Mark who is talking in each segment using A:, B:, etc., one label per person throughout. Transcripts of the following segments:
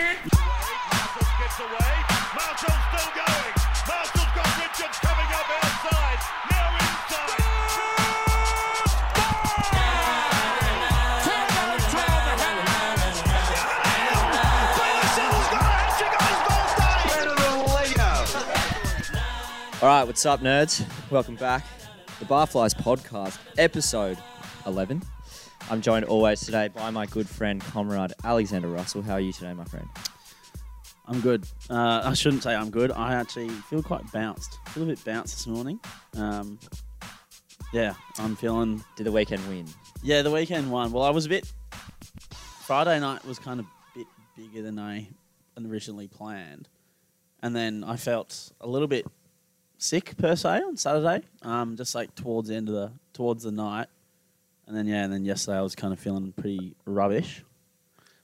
A: Mansell gets away. Marshall's still going. Marshall's got Richards coming up outside. Now inside.
B: All right, what's up, nerds? Welcome back. The Barflies podcast, episode 11. I'm joined always today by my good friend, comrade Alexander Russell. How are you today, my friend?
C: I'm good. Uh, I shouldn't say I'm good. I actually feel quite bounced. Feel a bit bounced this morning. Um, yeah, I'm feeling.
B: Did the weekend win?
C: Yeah, the weekend one. Well, I was a bit. Friday night was kind of a bit bigger than I originally planned, and then I felt a little bit sick per se on Saturday. Um, just like towards the end of the towards the night, and then yeah, and then yesterday I was kind of feeling pretty rubbish,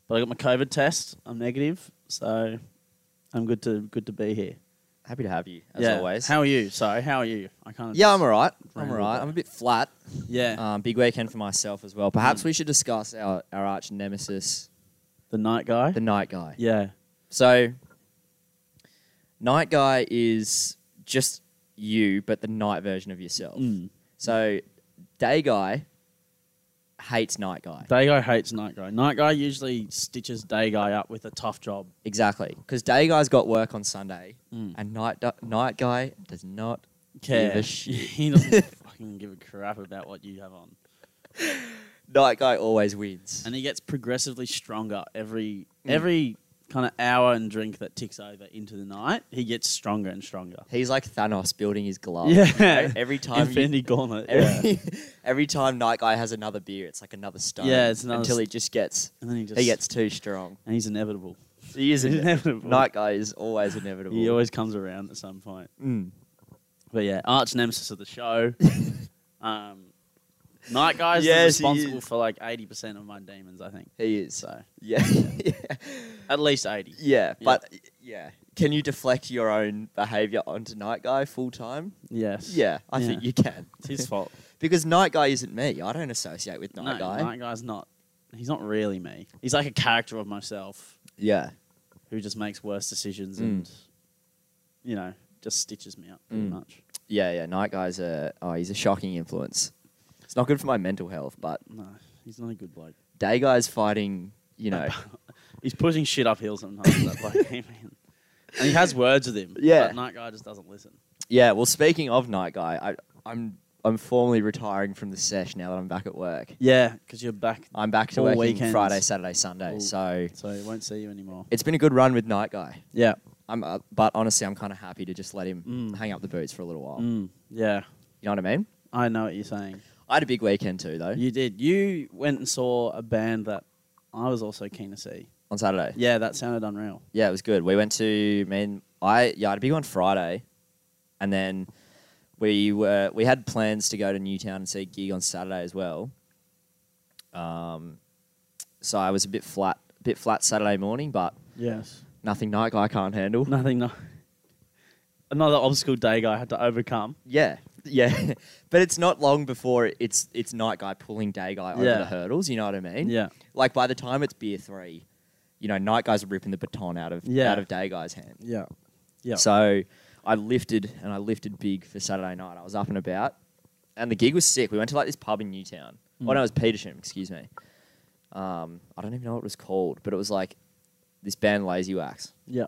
C: but I got my COVID test. I'm negative, so I'm good to good to be here.
B: Happy to have you, as always.
C: How are you? Sorry, how are you? I kind of
B: yeah, I'm all right. I'm all
C: Ramble
B: right.
C: back.
B: I'm a bit flat.
C: yeah.
B: Um, big weekend for myself as well. Perhaps we should discuss our, our arch nemesis,
C: the night guy.
B: the Night Guy.
C: yeah,
B: So, Night Guy is just you, but the night version of yourself.
C: Mm.
B: So, Day Guy hates Night Guy.
C: day guy hates night guy. Night guy usually stitches day guy up with a tough job.
B: Exactly. Because Day Guy's got work on Sunday,
C: Mm.
B: and Night, du- night Guy does not.
C: Care.
B: Give a shit.
C: he doesn't fucking give a crap about what you have on,
B: Night Guy always wins.
C: and he gets progressively stronger every
B: Mm.
C: every kind of hour and drink that ticks over into the night. He gets stronger and stronger.
B: He's like Thanos building his glove.
C: Yeah.
B: you know? Every time. you-
C: Infinity gauntlet. Yeah.
B: Every, every time Night Guy has another beer, it's like another stone.
C: Yeah, it's another
B: until he
C: st-
B: just gets
C: and then he just
B: he gets too strong.
C: and he's inevitable.
B: He is
C: He's inevitable.
B: Night Guy is always inevitable.
C: He always comes around at some point.
B: Mm.
C: But yeah, arch nemesis of the show. um, Night Guy's
B: Yes, he
C: responsible
B: is.
C: for like 80% of my demons, I think.
B: He is.
C: So
B: Yeah. yeah.
C: at least 80.
B: Yeah. But yeah. Can you deflect your own behavior onto Night Guy full time?
C: Yes.
B: Yeah, I
C: Yeah.
B: think you can.
C: It's his fault.
B: because Night Guy isn't me. I don't associate with Night
C: no,
B: Guy.
C: Night Guy's not. He's not really me. He's like a character of myself
B: Yeah.
C: who just makes worse decisions
B: Mm.
C: and, you know, just stitches me up pretty
B: Mm.
C: much.
B: Yeah, yeah. Night Guy's a oh, he's a shocking influence. It's not good for my mental health, but
C: No, he's not a good bloke.
B: Day Guy's fighting, you know.
C: He's pushing shit uphill sometimes, that bloke. hey, man. And he has words with him.
B: Yeah.
C: But Night Guy just doesn't listen.
B: yeah, well speaking of Night Guy, I I'm I'm formally retiring from the sesh now that I'm back at work.
C: Yeah, because you're back,
B: I'm back to
C: All
B: working
C: weekends.
B: Friday, Saturday, Sunday.
C: All-
B: So
C: so he won't see you anymore.
B: it's been a good run with Night Guy.
C: Yeah.
B: I'm, uh, but honestly, I'm kind of happy to just let him
C: Mm.
B: hang up the boots for a little while.
C: Mm, yeah,
B: You know what I mean?
C: I know what you're saying.
B: I had a big weekend too, though,
C: You did. You went and saw a band that I was also keen to see.
B: on Saturday.
C: Yeah, that sounded unreal.
B: Yeah, it was good. We went to me and I yeah, I had a big one Friday, and then we were we had plans to go to Newtown and see a gig on Saturday as well. Um, so I was a bit flat, a bit flat Saturday morning, but
C: Yes.
B: nothing night guy can't handle.
C: Nothing. No- Another obstacle day guy had to overcome.
B: Yeah, yeah, but it's not long before it's it's night guy pulling day guy over
C: Yeah.
B: the hurdles. You know what I mean?
C: Yeah.
B: Like by the time it's beer three, you know, night guys are ripping the baton out of
C: Yeah.
B: out of day guy's hand.
C: Yeah. Yeah.
B: So I lifted and I lifted big for Saturday night. I was up and about, and the gig was sick. We went to like this pub in Newtown.
C: Mm.
B: Oh no, it was Petersham. Excuse me. Um, I don't even know what it was called, but it was like this band Lazy Wax.
C: yeah.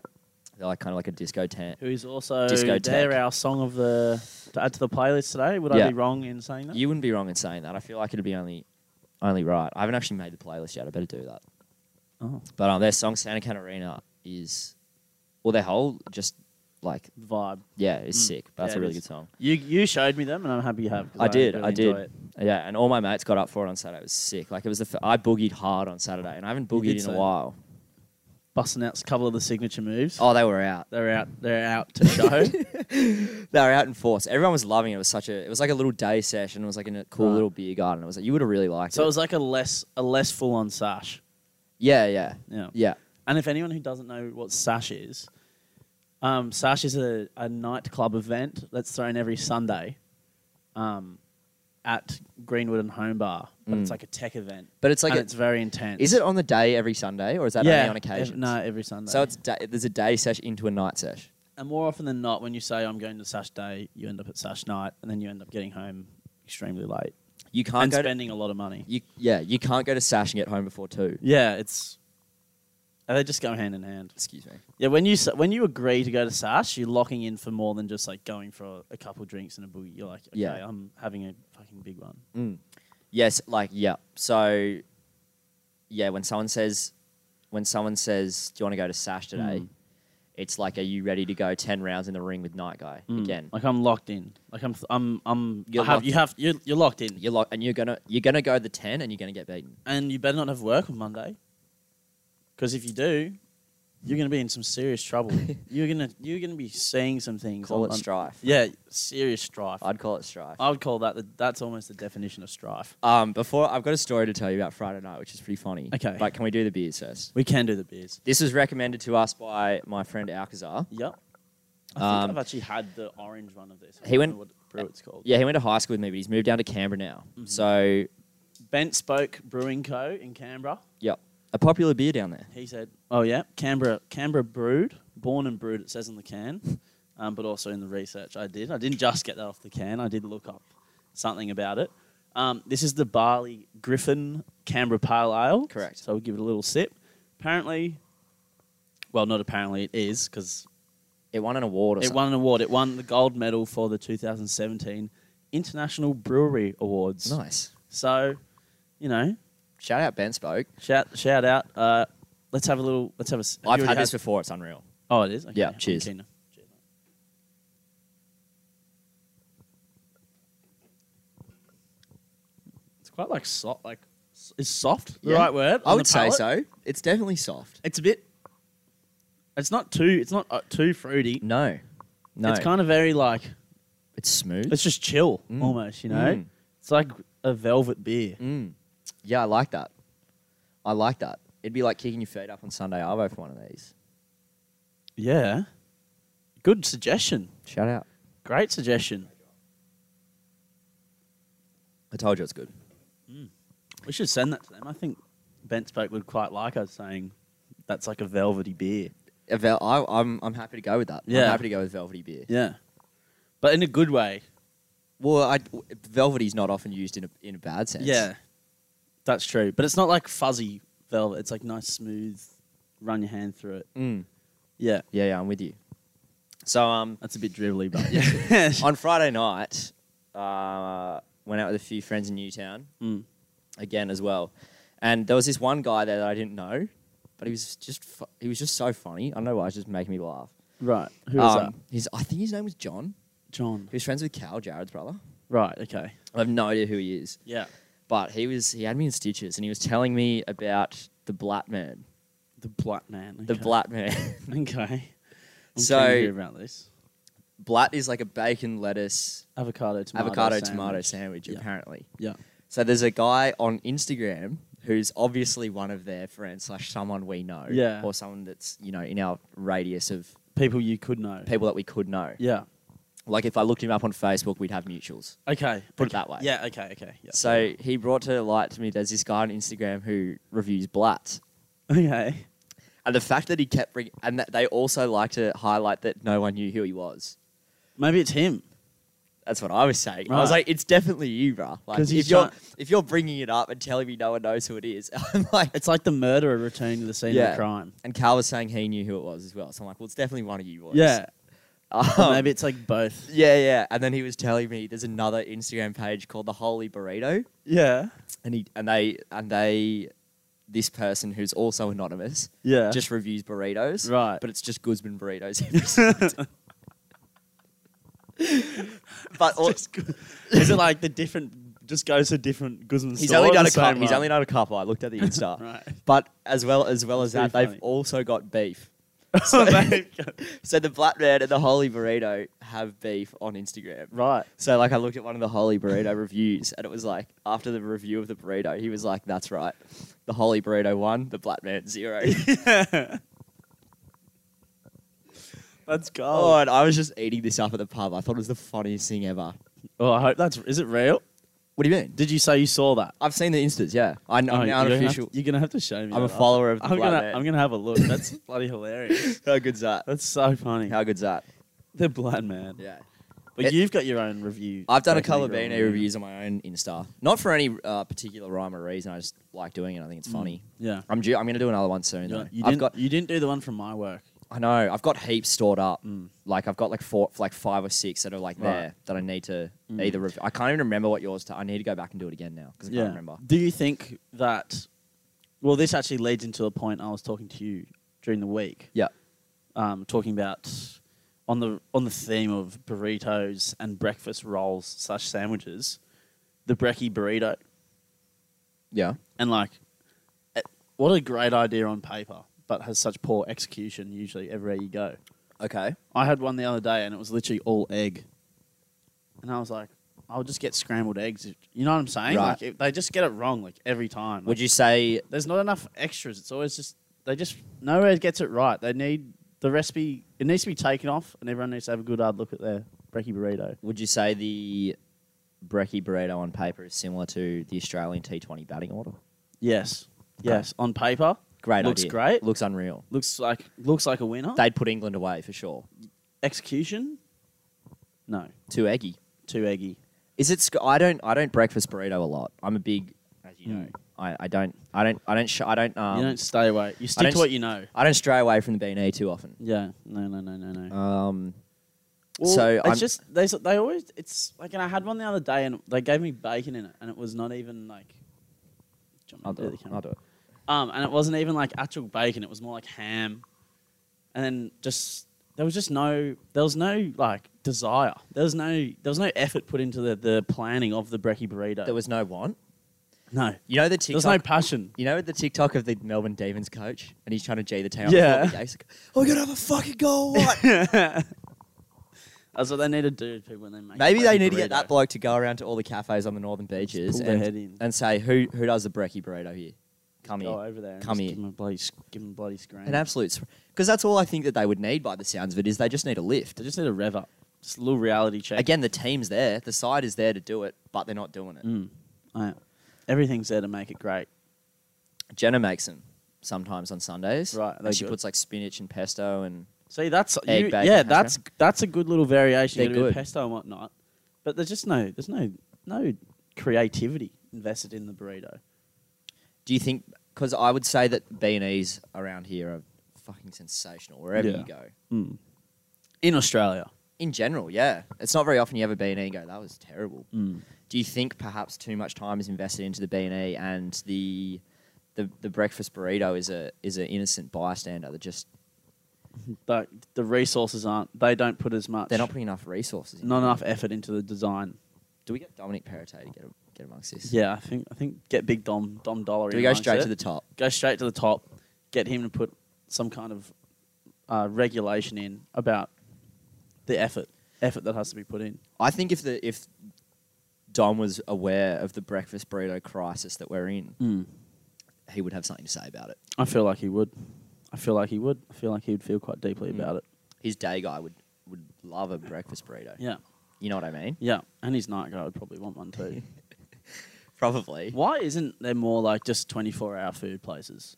B: They're like kind of like a disco tent.
C: Who is also
B: Discotheque.
C: they're our song of the to add to the playlist today. Would
B: Yeah.
C: I be wrong in saying that?
B: You wouldn't be wrong in saying that. I feel like it'd be only, only right. I haven't actually made the playlist yet. I better do that.
C: oh,
B: But um, their song Santa Catarina is, well, their whole just like
C: vibe.
B: yeah, it's
C: Mm.
B: sick. But that's
C: Yeah,
B: a
C: it
B: really
C: is.
B: good song.
C: You you showed me them, and I'm happy you have. 'cause
B: I did,
C: really
B: I did.
C: enjoy it.
B: Yeah, and all my mates got up for it on Saturday. It was sick. Like it was the f- I boogied hard on Saturday, and I haven't
C: You did
B: boogied in
C: say
B: a
C: that.
B: while.
C: Busting out a couple of the signature moves.
B: Oh, they were out.
C: They're out. They're out to show.
B: They were out in force. Everyone was loving it. It was such a. It was like a little day session. It was like in a cool
C: Right.
B: little beer garden. It was like you would have really liked
C: So it
B: it.
C: was like a less a less full on sash.
B: yeah, yeah,
C: Yeah.
B: yeah.
C: And if anyone who doesn't know what sash is, um, sash is a, a nightclub event that's thrown every Sunday. Um, at Greenwood and Home Bar, but it's
B: Mm.
C: like a tech event.
B: But it's like
C: and
B: a-
C: it's very intense.
B: Is it on the day every Sunday, or is that
C: yeah,
B: only on occasions?
C: ev- no, every Sunday.
B: So it's da- there's a day sesh into a night sesh.
C: and more often than not, when you say I'm going to Sash Day, you end up at Sash Night, and then you end up getting home extremely late
B: You can't
C: and
B: go.
C: spending a lot of money.
B: to, you yeah, you can't go to sash and get home before two.
C: Yeah, it's and they just go hand in hand.
B: Excuse me.
C: Yeah, when you s- when you agree to go to Sash, you're locking in for more than just like going for a, a couple drinks and a boogie. You're like, okay,
B: Yeah.
C: I'm having a fucking big one.
B: Mm. Yes, like yeah. So yeah, when someone says when someone says, "Do you want to go to Sash today?"
C: Mm.
B: It's like, are you ready to go ten rounds in the ring with Night Guy
C: Mm.
B: again?
C: like I'm locked in. Like I'm, I'm, I'm.
B: You're
C: I have,
B: locked
C: you
B: in.
C: have, you're, you're locked in,
B: You're like, and you're gonna you're gonna go the ten, and you're gonna get beaten.
C: and you better not have work on Monday, because if you do, you're gonna be in some serious trouble. you're gonna, you're gonna be seeing some things.
B: Call
C: on-
B: it
C: on-
B: strife.
C: Yeah, Uh, serious strife. I'd,
B: I'd call it strife.
C: call that. The, that's almost the definition of strife.
B: Um, before I've got a story to tell you about Friday night, which is pretty funny.
C: Okay.
B: but can we do the beers first?
C: We can do the beers.
B: This was recommended to us by my friend Alcazar.
C: Yep. I think
B: Um,
C: I've actually had the orange one of this. I don't
B: He
C: know
B: went-
C: What brew it's called?
B: Yeah, he went to high school with me, but he's moved down to Canberra now.
C: Mhm.
B: So,
C: Bent Spoke Brewing Co. in Canberra.
B: yeah, a popular beer down there.
C: He said, "Oh yeah, Canberra, Canberra brewed, born and brewed. It says in the can, um, but also in the research I did. I didn't just get that off the can. I did look up something about it. Um, this is the barley Griffin Canberra Pale Ale.
B: Correct.
C: So we'll give it a little sip. Apparently, well, not apparently, it is because
B: It won an award or
C: it
B: something.
C: won an award. It won the gold medal for the 2017 International Brewery Awards.
B: Nice.
C: So, you know,
B: Shout out Ben Spoke.
C: shout shout out. Uh, let's have a little. Let's have a. s- you
B: I've
C: already
B: had this before. It's unreal.
C: Oh, it is. Okay.
B: Yeah,
C: I'm
B: cheers.
C: keen now. Cheers, mate. It's quite like soft. Like s- is soft the
B: Yeah.
C: right word?
B: I
C: on
B: would
C: the
B: say
C: palate?
B: so. It's definitely soft.
C: It's a bit. It's not too. It's not uh, too fruity.
B: No, no.
C: It's kind of very like.
B: it's smooth.
C: It's just chill
B: Mm.
C: almost. You know.
B: Mm.
C: It's like a velvet beer.
B: Mm. Yeah, I like that. I like that. It'd be like kicking your feet up on Sunday Arvo for one of these.
C: Yeah. Good suggestion.
B: Shout out.
C: Great suggestion.
B: I told you it's good.
C: We should send that to them. I think Bent Spoke would quite like us saying that's like a velvety beer.
B: A vel- I, I'm, I'm happy to go with that.
C: Yeah.
B: I'm happy to go with velvety beer.
C: Yeah. But in a good way.
B: Well, I, velvety's not often used in a, in a bad sense.
C: Yeah. That's true. But it's not like fuzzy velvet. It's like nice, smooth, run your hand through it.
B: Mm.
C: Yeah.
B: Yeah, yeah, I'm with you. So um,
C: That's a bit dribbly, but
B: on Friday night, uh, went out with a few friends in Newtown
C: Mm.
B: again as well, and there was this one guy there that I didn't know, but he was just fu- he was just so funny. I don't know why, he was just making me laugh.
C: Right. Who was
B: Um, His I think his name was John.
C: that? John.
B: He was friends with Cal, Jared's brother.
C: Right. Okay.
B: I have no idea who he is,
C: Yeah.
B: but he was he had me in stitches, and he was telling me about the Blatt man,
C: The Black Man.
B: the
C: okay.
B: Blatt man.
C: Okay. I'm
B: So-
C: keen to hear about this.
B: Blatt is like a bacon lettuce
C: Avocado tomato.
B: avocado
C: sandwich.
B: tomato sandwich,
C: Yeah.
B: apparently.
C: Yeah.
B: So there's a guy on Instagram who's obviously one of their friends slash someone we know,
C: Yeah.
B: or someone that's you know in our radius of
C: People you could know.
B: people that we could know.
C: Yeah.
B: Like if I looked him up on Facebook, we'd have mutuals.
C: Okay.
B: Put it
C: okay.
B: that way.
C: Yeah. Okay. Okay. Yeah.
B: So he brought to light to me there's this guy on Instagram who reviews Blatt.
C: Okay.
B: And the fact that he kept bringing, and that they also like to highlight that no one knew who he was.
C: Maybe it's him.
B: That's what I was saying. I was
C: Right.
B: like, it's definitely you, bruh. Like,
C: 'Cause
B: if
C: he's
B: you're
C: trying-
B: if you're bringing it up and telling me no one knows who it is, I'm like,
C: It's like the murderer returning to the scene of
B: Yeah.
C: the crime.
B: And Cal was saying he knew who it was as well. So I'm like, well, it's definitely one of you boys.
C: Yeah. Or
B: Um,
C: maybe it's like both.
B: Yeah, yeah. And then he was telling me there's another Instagram page called the Holy Burrito,
C: Yeah.
B: and he and they and they this person who's also anonymous
C: Yeah.
B: just reviews burritos,
C: Right.
B: But it's just Guzman burritos. every single time. but all,
C: Just go- is it like the different? Just goes to different Guzman.
B: he's
C: store
B: only
C: or
B: done
C: the
B: a cup.
C: same
B: He's
C: one?
B: only done a couple. I looked at the Insta.
C: Right.
B: But as well as well as
C: That's
B: that,
C: pretty
B: they've
C: funny.
B: also got beef.
C: So they've got-
B: So the Black Man and the Holy Burrito have beef on Instagram.
C: right.
B: So like I looked at one of the Holy Burrito reviews and it was like after the review of the burrito, he was like, That's right. The Holy Burrito one, the black man zero.
C: That's gold.
B: oh, and I was just eating this up at the pub. I thought it was the funniest thing ever.
C: Oh, I hope that's. Is it real?
B: What do you mean?
C: Did you say you saw that?
B: I've seen the instas. Yeah, I, I'm
C: Oh, you're
B: the
C: gonna have
B: unofficial.
C: to- You're gonna have to show me.
B: I'm a
C: that.
B: follower of the
C: I'm
B: Black
C: gonna,
B: Man.
C: I'm gonna have a look. That's bloody hilarious.
B: How good's that?
C: That's so funny.
B: How good's that?
C: The blind man.
B: Yeah.
C: But
B: It-
C: you've got your own review.
B: I've done a
C: Broken
B: couple of
C: Eagle
B: beanie reviews on my own Insta. Not for any uh, particular rhyme or reason. I just like doing it. I think it's funny.
C: Yeah.
B: I'm due, I'm going to do another one soon.
C: Mm. You,
B: though.
C: you
B: I've
C: didn't.
B: got
C: you didn't do the one from my work.
B: I know I've got heaps stored up.
C: Mm.
B: Like I've got like four, like five or six that are like
C: Right.
B: there that I need to
C: Mm.
B: either. Rev- I can't even remember what yours. T- I need to go back and do it again now because I can't remember.
C: Do you think that? Well, this actually leads into a point I was talking to you during the week.
B: Yeah.
C: Um, talking about on the on the theme of burritos and breakfast rolls slash sandwiches, the brekkie burrito
B: Yeah.
C: and like, eh, what a great idea on paper, but has such poor execution usually everywhere you go.
B: Okay.
C: I had one the other day and it was literally all egg. And I was like, I'll just get scrambled eggs. You know what I'm saying?
B: Right.
C: Like, it, they just get it wrong, like, every time.
B: Would
C: Like,
B: you say
C: There's not enough extras. It's always just, they just, nowhere gets it right. They need the recipe, it needs to be taken off, and everyone needs to have a good hard look at their brekkie burrito.
B: Would you say the brekkie burrito on paper is similar to the Australian T20 batting order?
C: Yes. Yes. On paper,
B: Great
C: Looks
B: idea.
C: great.
B: Looks unreal.
C: looks like looks like a winner.
B: They'd put England away for sure.
C: Execution? No.
B: Too eggy.
C: Too eggy.
B: Is it? sc- I don't. I don't breakfast burrito a lot. I'm a big. As you know,
C: Mm.
B: I, I don't. I don't. I don't. Sh- I don't. Um,
C: you don't stay away. You stick
B: don't
C: to what
B: s-
C: you know.
B: I don't stray away from the beanie too often.
C: Yeah. No, no, no, no, no.
B: Um,
C: Well,
B: So
C: it's
B: I'm-
C: just they s- they always it's like and I had one the other day and they gave me bacon in it and it was not even like. Do you
B: I'll
C: want
B: do
C: me to
B: it.
C: the camera?
B: I'll do it.
C: Um, and it wasn't even like actual bacon; it was more like ham, and then just there was just no there was no like desire. There was no there was no effort put into the the planning of the brekkie burrito.
B: There was no want.
C: no
B: You know the
C: there
B: TikTok.
C: was no passion.
B: you know the TikTok of the Melbourne Demons coach, and he's trying to g the team.
C: Yeah.
B: Up He's like, oh, we gotta have a fucking goal. What?
C: That's what they need to do to people when they make. a
B: Maybe they
C: brekkie
B: need to get that
C: burrito.
B: bloke to go around to all the cafes on the northern beaches
C: pull their
B: and,
C: head in.
B: and say, who who does the brekkie burrito here? Come
C: Go
B: here.
C: over there. And
B: Come
C: just
B: here.
C: Give them a bloody s- give them a bloody scream.
B: An absolute. Because that's all I think that they would need by the sounds of it is they just need a lift.
C: They just need a rev up. Just a little reality check.
B: Again, the team's there. The side is there to do it, but they're not doing it.
C: Mm. I- everything's there to make it great.
B: Jenna makes them sometimes on Sundays.
C: Right, they're
B: And she
C: good.
B: puts like spinach and pesto and
C: See, that's
B: Egg
C: you,
B: bacon
C: yeah,
B: hash
C: that's that's a good little variation. You
B: They're
C: get a bit of
B: good.
C: pesto and whatnot, but there's just no there's no no creativity invested in the burrito.
B: Do you think? Because I would say that B and E's around here are fucking sensational wherever
C: Yeah.
B: you go.
C: In Australia,
B: In general, yeah, it's not very often you have a B and E and go that was terrible.
C: Mm.
B: Do you think perhaps too much time is invested into the B and E and the the the breakfast burrito is a is an innocent bystander that just
C: but the resources aren't. They don't put as much.
B: they're not putting enough resources. in.
C: not enough effort into the design.
B: Do we get Dominic Perrottet to get a- get amongst this?
C: Yeah, I think I think get big Dom Dom Dollar.
B: Do
C: in
B: we go
C: amongst
B: straight
C: it.
B: to the top?
C: go straight to the top, get him to put some kind of uh, regulation in about the effort effort that has to be put in.
B: I think if the if Dom was aware of the breakfast burrito crisis that we're in,
C: Mm.
B: he would have something to say about it.
C: Hmm. I feel like he would. I feel like he would. I feel like he would feel quite deeply about it.
B: his day guy would would love a breakfast burrito.
C: Yeah,
B: You know what I mean?
C: yeah, and his night guy would probably want one too.
B: Probably.
C: Why isn't there more like just twenty four hour food places?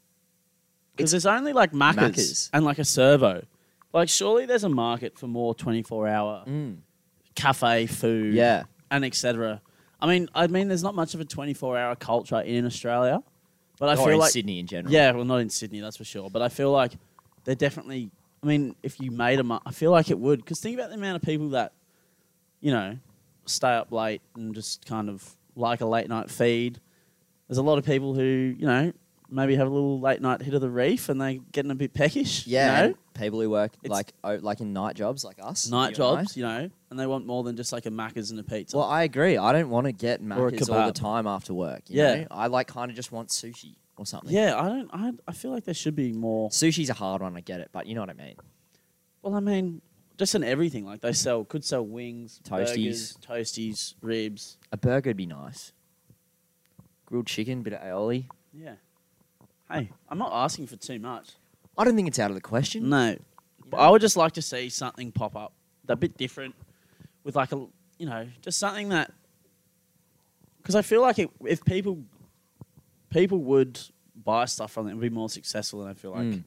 C: Because there's only like Macca's,
B: Macca's.
C: and like a servo. Like surely there's a market for more twenty four hour
B: Mm.
C: cafe food.
B: Yeah.
C: and etc. I mean, I mean, there's not much of a 24-hour culture in Australia, but I
B: or
C: feel
B: in
C: like
B: Sydney in general.
C: yeah, well, not in Sydney, that's for sure. But I feel like they're definitely. I mean, if you made them up, I feel like it would. Because think about the amount of people that, you know, stay up late and just kind of like a late night feed. There's a lot of people who you know maybe have a little late night hit of the reef and they getting a bit peckish. you
B: Yeah.
C: know?
B: and People who work
C: It's-
B: like oh, like in night jobs like us.
C: night
B: you and I.
C: jobs, you know, and they want more than just like a Macca's and a pizza.
B: Well, I agree. I don't want to get
C: Or a
B: Macca's all the
C: kebab.
B: time after work. You
C: Yeah.
B: Know? I like kind of just want sushi or something.
C: yeah, I don't. I, I feel like there should be more.
B: Sushi's a hard one. I get it, but you know what I mean.
C: Well, I mean, just in everything. Like they sell, could sell wings,
B: Toasties.
C: burgers, toasties, ribs.
B: A burger would be nice. Grilled chicken, bit of aioli.
C: Yeah. Hey, I'm not asking for too much.
B: I don't think it's out of the question.
C: No, but I would just like to see something pop up, a bit different, with like a you know just something that because I feel like it, if people people would buy stuff from them, it would be more successful than I feel like.
B: Mm.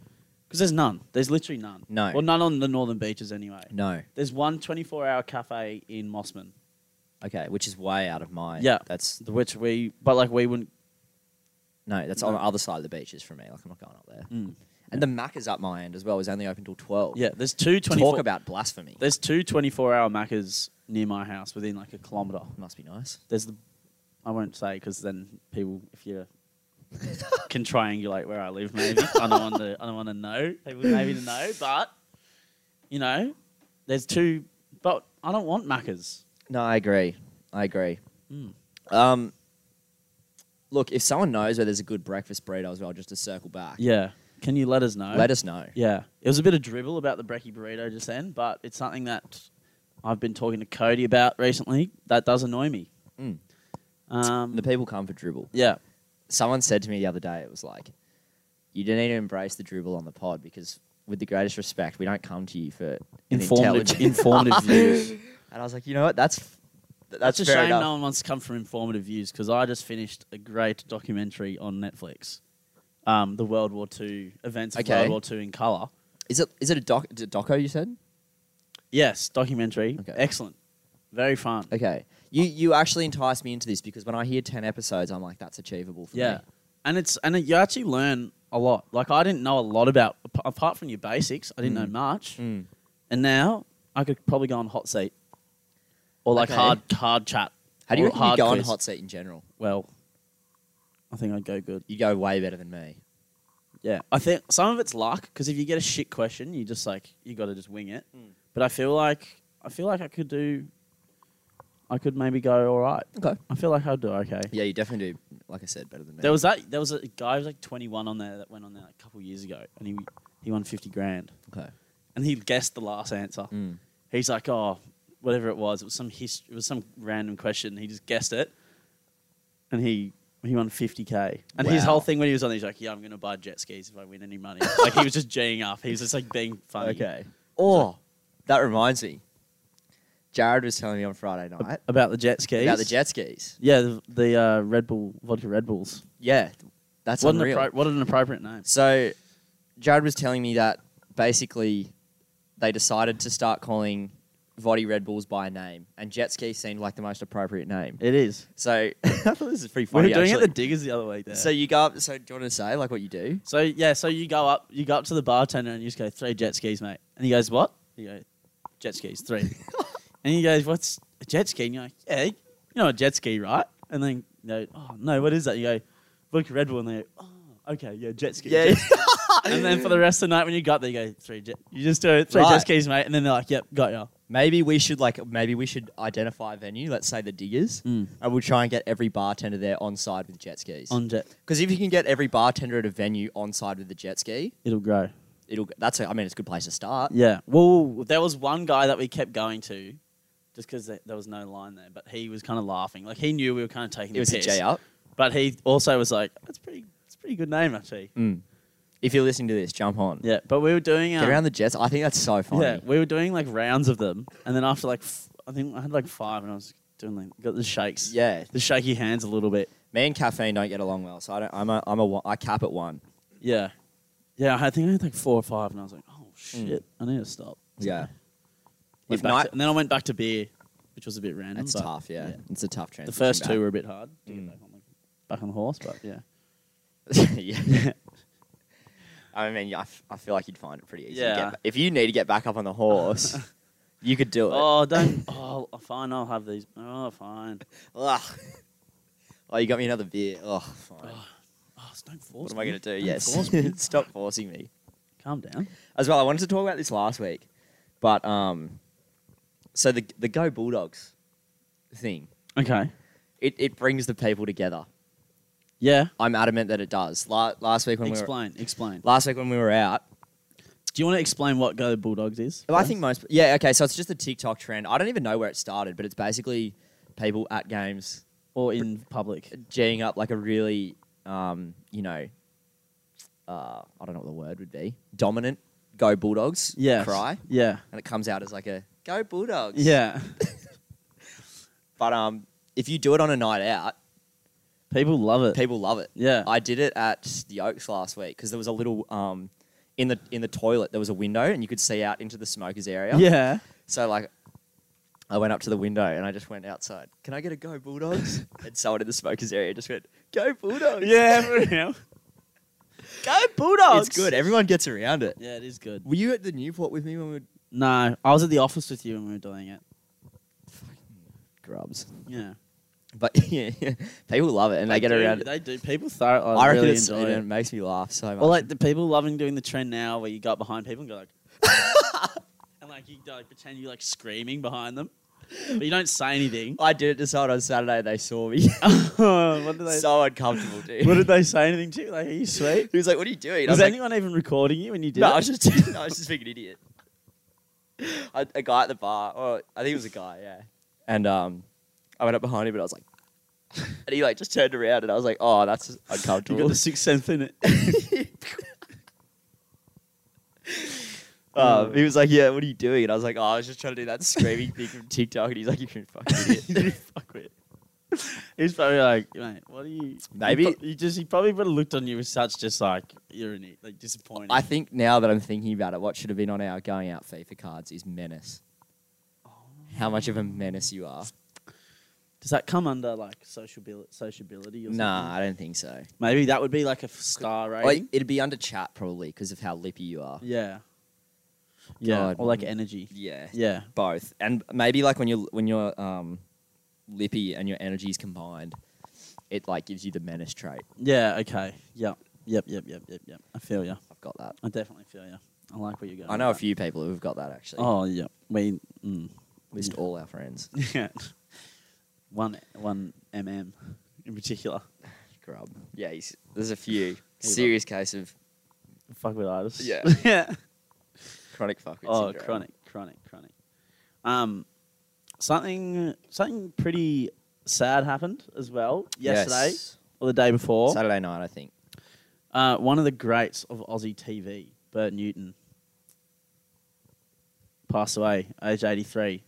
C: Because there's none. There's literally none.
B: No.
C: Well, none on the northern beaches anyway.
B: No.
C: There's one 24 hour cafe in Mossman,
B: Okay, which is way out of my.
C: Yeah.
B: That's
C: the- which we, but like we wouldn't.
B: no, that's on the other side of the beaches for me. Like I'm not going up there.
C: Mm.
B: And the Mac is up my end as well. Is only open till twelve.
C: Yeah, there's two 24.
B: Talk about blasphemy.
C: There's two 24 hour Maccas near my house within like a kilometre.
B: Must be nice.
C: There's the, I won't say because then people, if you can triangulate where I live, maybe I don't want to. I don't want to know. People maybe to know, but you know, there's two. But I don't want Maccas.
B: No, I agree. I agree.
C: Mm.
B: Um, look, if someone knows where there's a good breakfast burrito as well, just to circle back,
C: Yeah, can you let us know?
B: let us know.
C: Yeah, it was a bit of dribble about the brekkie burrito just then, but it's something that I've been talking to Cody about recently. That does annoy me.
B: Mm.
C: Um,
B: The people come for dribble.
C: yeah,
B: Someone said to me the other day, it was like, you do need to embrace the dribble on the pod because, with the greatest respect, we don't come to you for an
C: informative,
B: intelligent-
C: informative views.
B: and I was like, you know what? That's that's,
C: That's a
B: fair
C: shame
B: enough.
C: no one wants to come from informative views because I just finished a great documentary on Netflix, um, the World War II events of
B: Okay.
C: World War II in color.
B: Is it is it a doc a doco? You said
C: Yes, documentary,
B: Okay.
C: excellent, very fun.
B: okay. You you actually enticed me into this because when I hear ten episodes, I'm like, that's achievable for
C: Yeah,
B: me.
C: and it's and you actually learn a lot. Like I didn't know a lot about ap- apart from your basics. I didn't
B: Mm.
C: know much,
B: Mm.
C: and now I could probably go on hot seat or like
B: Okay.
C: hard hard chat.
B: How do you
C: or
B: reckon you
C: hard
B: go on
C: quiz.
B: hot seat in general?
C: Well, I think I'd go good.
B: You go way better than me.
C: Yeah, I think some of it's luck because if you get a shit question, you just like you got to just wing it.
B: Mm.
C: But I feel like I feel like I could do. I could maybe go all right.
B: Okay.
C: I feel like I'll do okay.
B: Yeah, you definitely do. Like I said, better than me.
C: There was that. There was a guy who was like 21 on there that went on there like, a couple years ago, and he he won 50 grand,
B: okay.
C: and he guessed the last answer.
B: Mm.
C: He's like, oh, whatever it was, it was some hist- it was some random question. He just guessed it, and he he won 50k. And his
B: Wow.
C: whole thing when he was on, there, he's like, yeah, I'm gonna buy jet skis if I win any money. like he was just g'ing up. He was just like being funny.
B: Okay. Oh, that reminds me. Jared was telling me on Friday
C: Ab-
B: night
C: About the jet skis.
B: about the jet skis.
C: Yeah, the, the uh, Red Bull vodka Red Bulls.
B: Yeah, that's
C: what, an
B: unreal.
C: appro- what an appropriate name.
B: So, Jared was telling me that basically they decided to start calling Vody Red Bulls by name, and jet ski seemed like the most appropriate name.
C: It is.
B: So, I thought this is pretty
C: We were
B: funny.
C: doing it at the
B: actually.
C: Diggers the other week. There.
B: So you go up. So do you want to say like what you do?
C: So yeah, so you go up, you go up to the bartender and you just go three jet skis, mate. And he goes, "What?" You go, "Jet skis, three. and he goes, "What's a jet ski?" And you're like, "Yeah, you know a jet ski, right?" And then you go, "Oh no, what is that?" You go, "Look, Red Bull." And they go, "Oh, okay, yeah, jet ski." jet ski." and then for the rest of the night, when you got there, you go three jet. You just do it, three
B: Right.
C: jet skis, mate. And then they're like, "Yep, got ya."
B: Maybe we should like maybe we should identify a venue. Let's say the Diggers,
C: Mm.
B: and we'll try and get every bartender there on side with jet skis.
C: On jet,
B: Because if you can get every bartender at a venue on side with the jet ski,
C: it'll grow.
B: it'll that's a, I mean it's a good place to start.
C: Yeah. Well, there was one guy that we kept going to, just because there was no line there. But he was kind of laughing, like he knew we were kind of taking
B: It was
C: the
B: a
C: piss.
B: J up.
C: But he also was like, "That's pretty. It's a pretty good name, actually."
B: Mm. If you're listening to this, jump on.
C: Yeah. But we were doing. Um,
B: Get around the jets. I think that's so funny.
C: yeah, we were doing like rounds of them, and then after like, f- I think I had like five, and I was doing like got the shakes.
B: Yeah.
C: The shaky hands a little bit.
B: Me and caffeine don't get along well, so I don't. I'm a. I'm a. one- I cap at one.
C: Yeah. Yeah, I think I had like four or five, and I was like, "Oh shit, I need to stop." So
B: Hmm. Yeah.
C: went
B: If
C: back
B: not,
C: to- and then I went back to beer, which was a bit random.
B: it's
C: but
B: tough. Yeah. it's a tough
C: The
B: transition.
C: first
B: back.
C: two were a bit hard. To get
B: Mm.
C: back on, the- back on the horse, but yeah.
B: yeah. I mean, I, f- I feel like you'd find it pretty easy. To
C: Yeah.
B: get, ba- if you need to get back up on the horse, you could do it.
C: Oh, don't. Oh, fine. I'll have these. Oh, fine.
B: Ugh. Oh, you got me another beer. Oh, fine.
C: Oh, oh, don't force
B: what am I
C: me.
B: going to do?
C: Don't
B: Yes.
C: force me.
B: Stop forcing me.
C: Calm down.
B: As well, I wanted to talk about this last week, but um, so the the Go Bulldogs thing,
C: Okay.
B: it, it brings the people together.
C: Yeah.
B: I'm adamant that it does. La- last week when we were
C: explain. explain.
B: last week when we were out,
C: Do you want to explain what Go Bulldogs is?
B: Well, I
C: first?
B: think most. Yeah, okay. So it's just a TikTok trend. I don't even know where it started, but it's basically people at games
C: Or in public.
B: g'ing up like a really, um, you know, uh, I don't know what the word would be. Dominant go Bulldogs.
C: Yeah.
B: Cry,
C: Yeah.
B: and it comes out as like a go Bulldogs.
C: Yeah.
B: But um, if you do it on a night out,
C: People love it.
B: People love it.
C: Yeah.
B: I did it at the Oaks last week because there was a little um, in the in the toilet there was a window and you could see out into the smokers area.
C: yeah.
B: So like, I went up to the window and I just went outside. Can I get a go Bulldogs? and someone in the smokers area just went go Bulldogs.
C: Yeah. Go Bulldogs.
B: it's good. Everyone gets around it.
C: Yeah, it is good.
B: Were you at the Newport with me when we were
C: No, I was at the office with you when we were doing it.
B: grubs?
C: Yeah.
B: But yeah, people love it and they, get
C: do,
B: around it.
C: They do. People thoroughly.
B: I reckon
C: really
B: it's,
C: enjoy
B: it,
C: it.
B: makes me laugh so much.
C: Well, like the people loving doing the trend now, where you go up behind people and go like, and like you like pretend you're like screaming behind them, but you don't say anything.
B: I did it to someone on Saturday. They saw me.
C: what did they?
B: so uncomfortable, dude.
C: what did they say anything to? you? Like, are you sweet?
B: He was like, "What are you doing?" I
C: Was
B: was like,
C: anyone even recording you when you did
B: No,
C: it?
B: I was just, I was just being an idiot. A, a guy at the bar, or I think it was a guy, yeah. And um, I went up behind him and I was like, and he like just turned around and I was like, oh, that's
C: you got
B: uncomfortable.
C: the sixth sense in it.
B: um, he was like, yeah, what are you doing? And I was like, oh, I was just trying to do that screaming thing from TikTok. And he's like, you can fucking idiot.
C: Fuck with. He's probably like, mate, what are you?
B: Maybe-
C: you, pro- you just he probably would have looked on you with such just like you're an, i- like disappointed.
B: I think now that I'm thinking about it, what should have been on our going out FIFA cards is menace. How much of a menace you are?
C: Does that come under like sociabil- sociability or
B: Nah,
C: something?
B: I don't think so.
C: Maybe that would be like a f- star rating.
B: Like, it'd be under chat probably because of how lippy you are.
C: Yeah. Yeah.
B: God.
C: Or like energy.
B: Yeah,
C: Yeah.
B: both, and maybe like when you're when you're um, lippy and your energies combined, it like gives you the menace trait.
C: Yeah. Okay. Yep. Yep. Yep. Yep. Yep. Yep. I feel you.
B: I've got that.
C: I definitely feel you. I like where you're going.
B: I know a
C: with
B: few people who've got that
C: that.
B: actually.
C: Oh yeah. We. Mm,
B: List all our friends.
C: yeah. One. One. Mm. In particular.
B: Grub. Yeah, he's, there's a few
C: Hey, bub.
B: serious case of
C: Fuck with artists.
B: Yeah.
C: yeah.
B: chronic fuck. with
C: Oh,
B: syndrome.
C: chronic, chronic, chronic. Um, something something pretty sad happened as well yesterday
B: Yes.
C: or the day before.
B: Saturday night, I think.
C: Uh, one of the greats of Aussie TV, Bert Newton, passed away, age 83,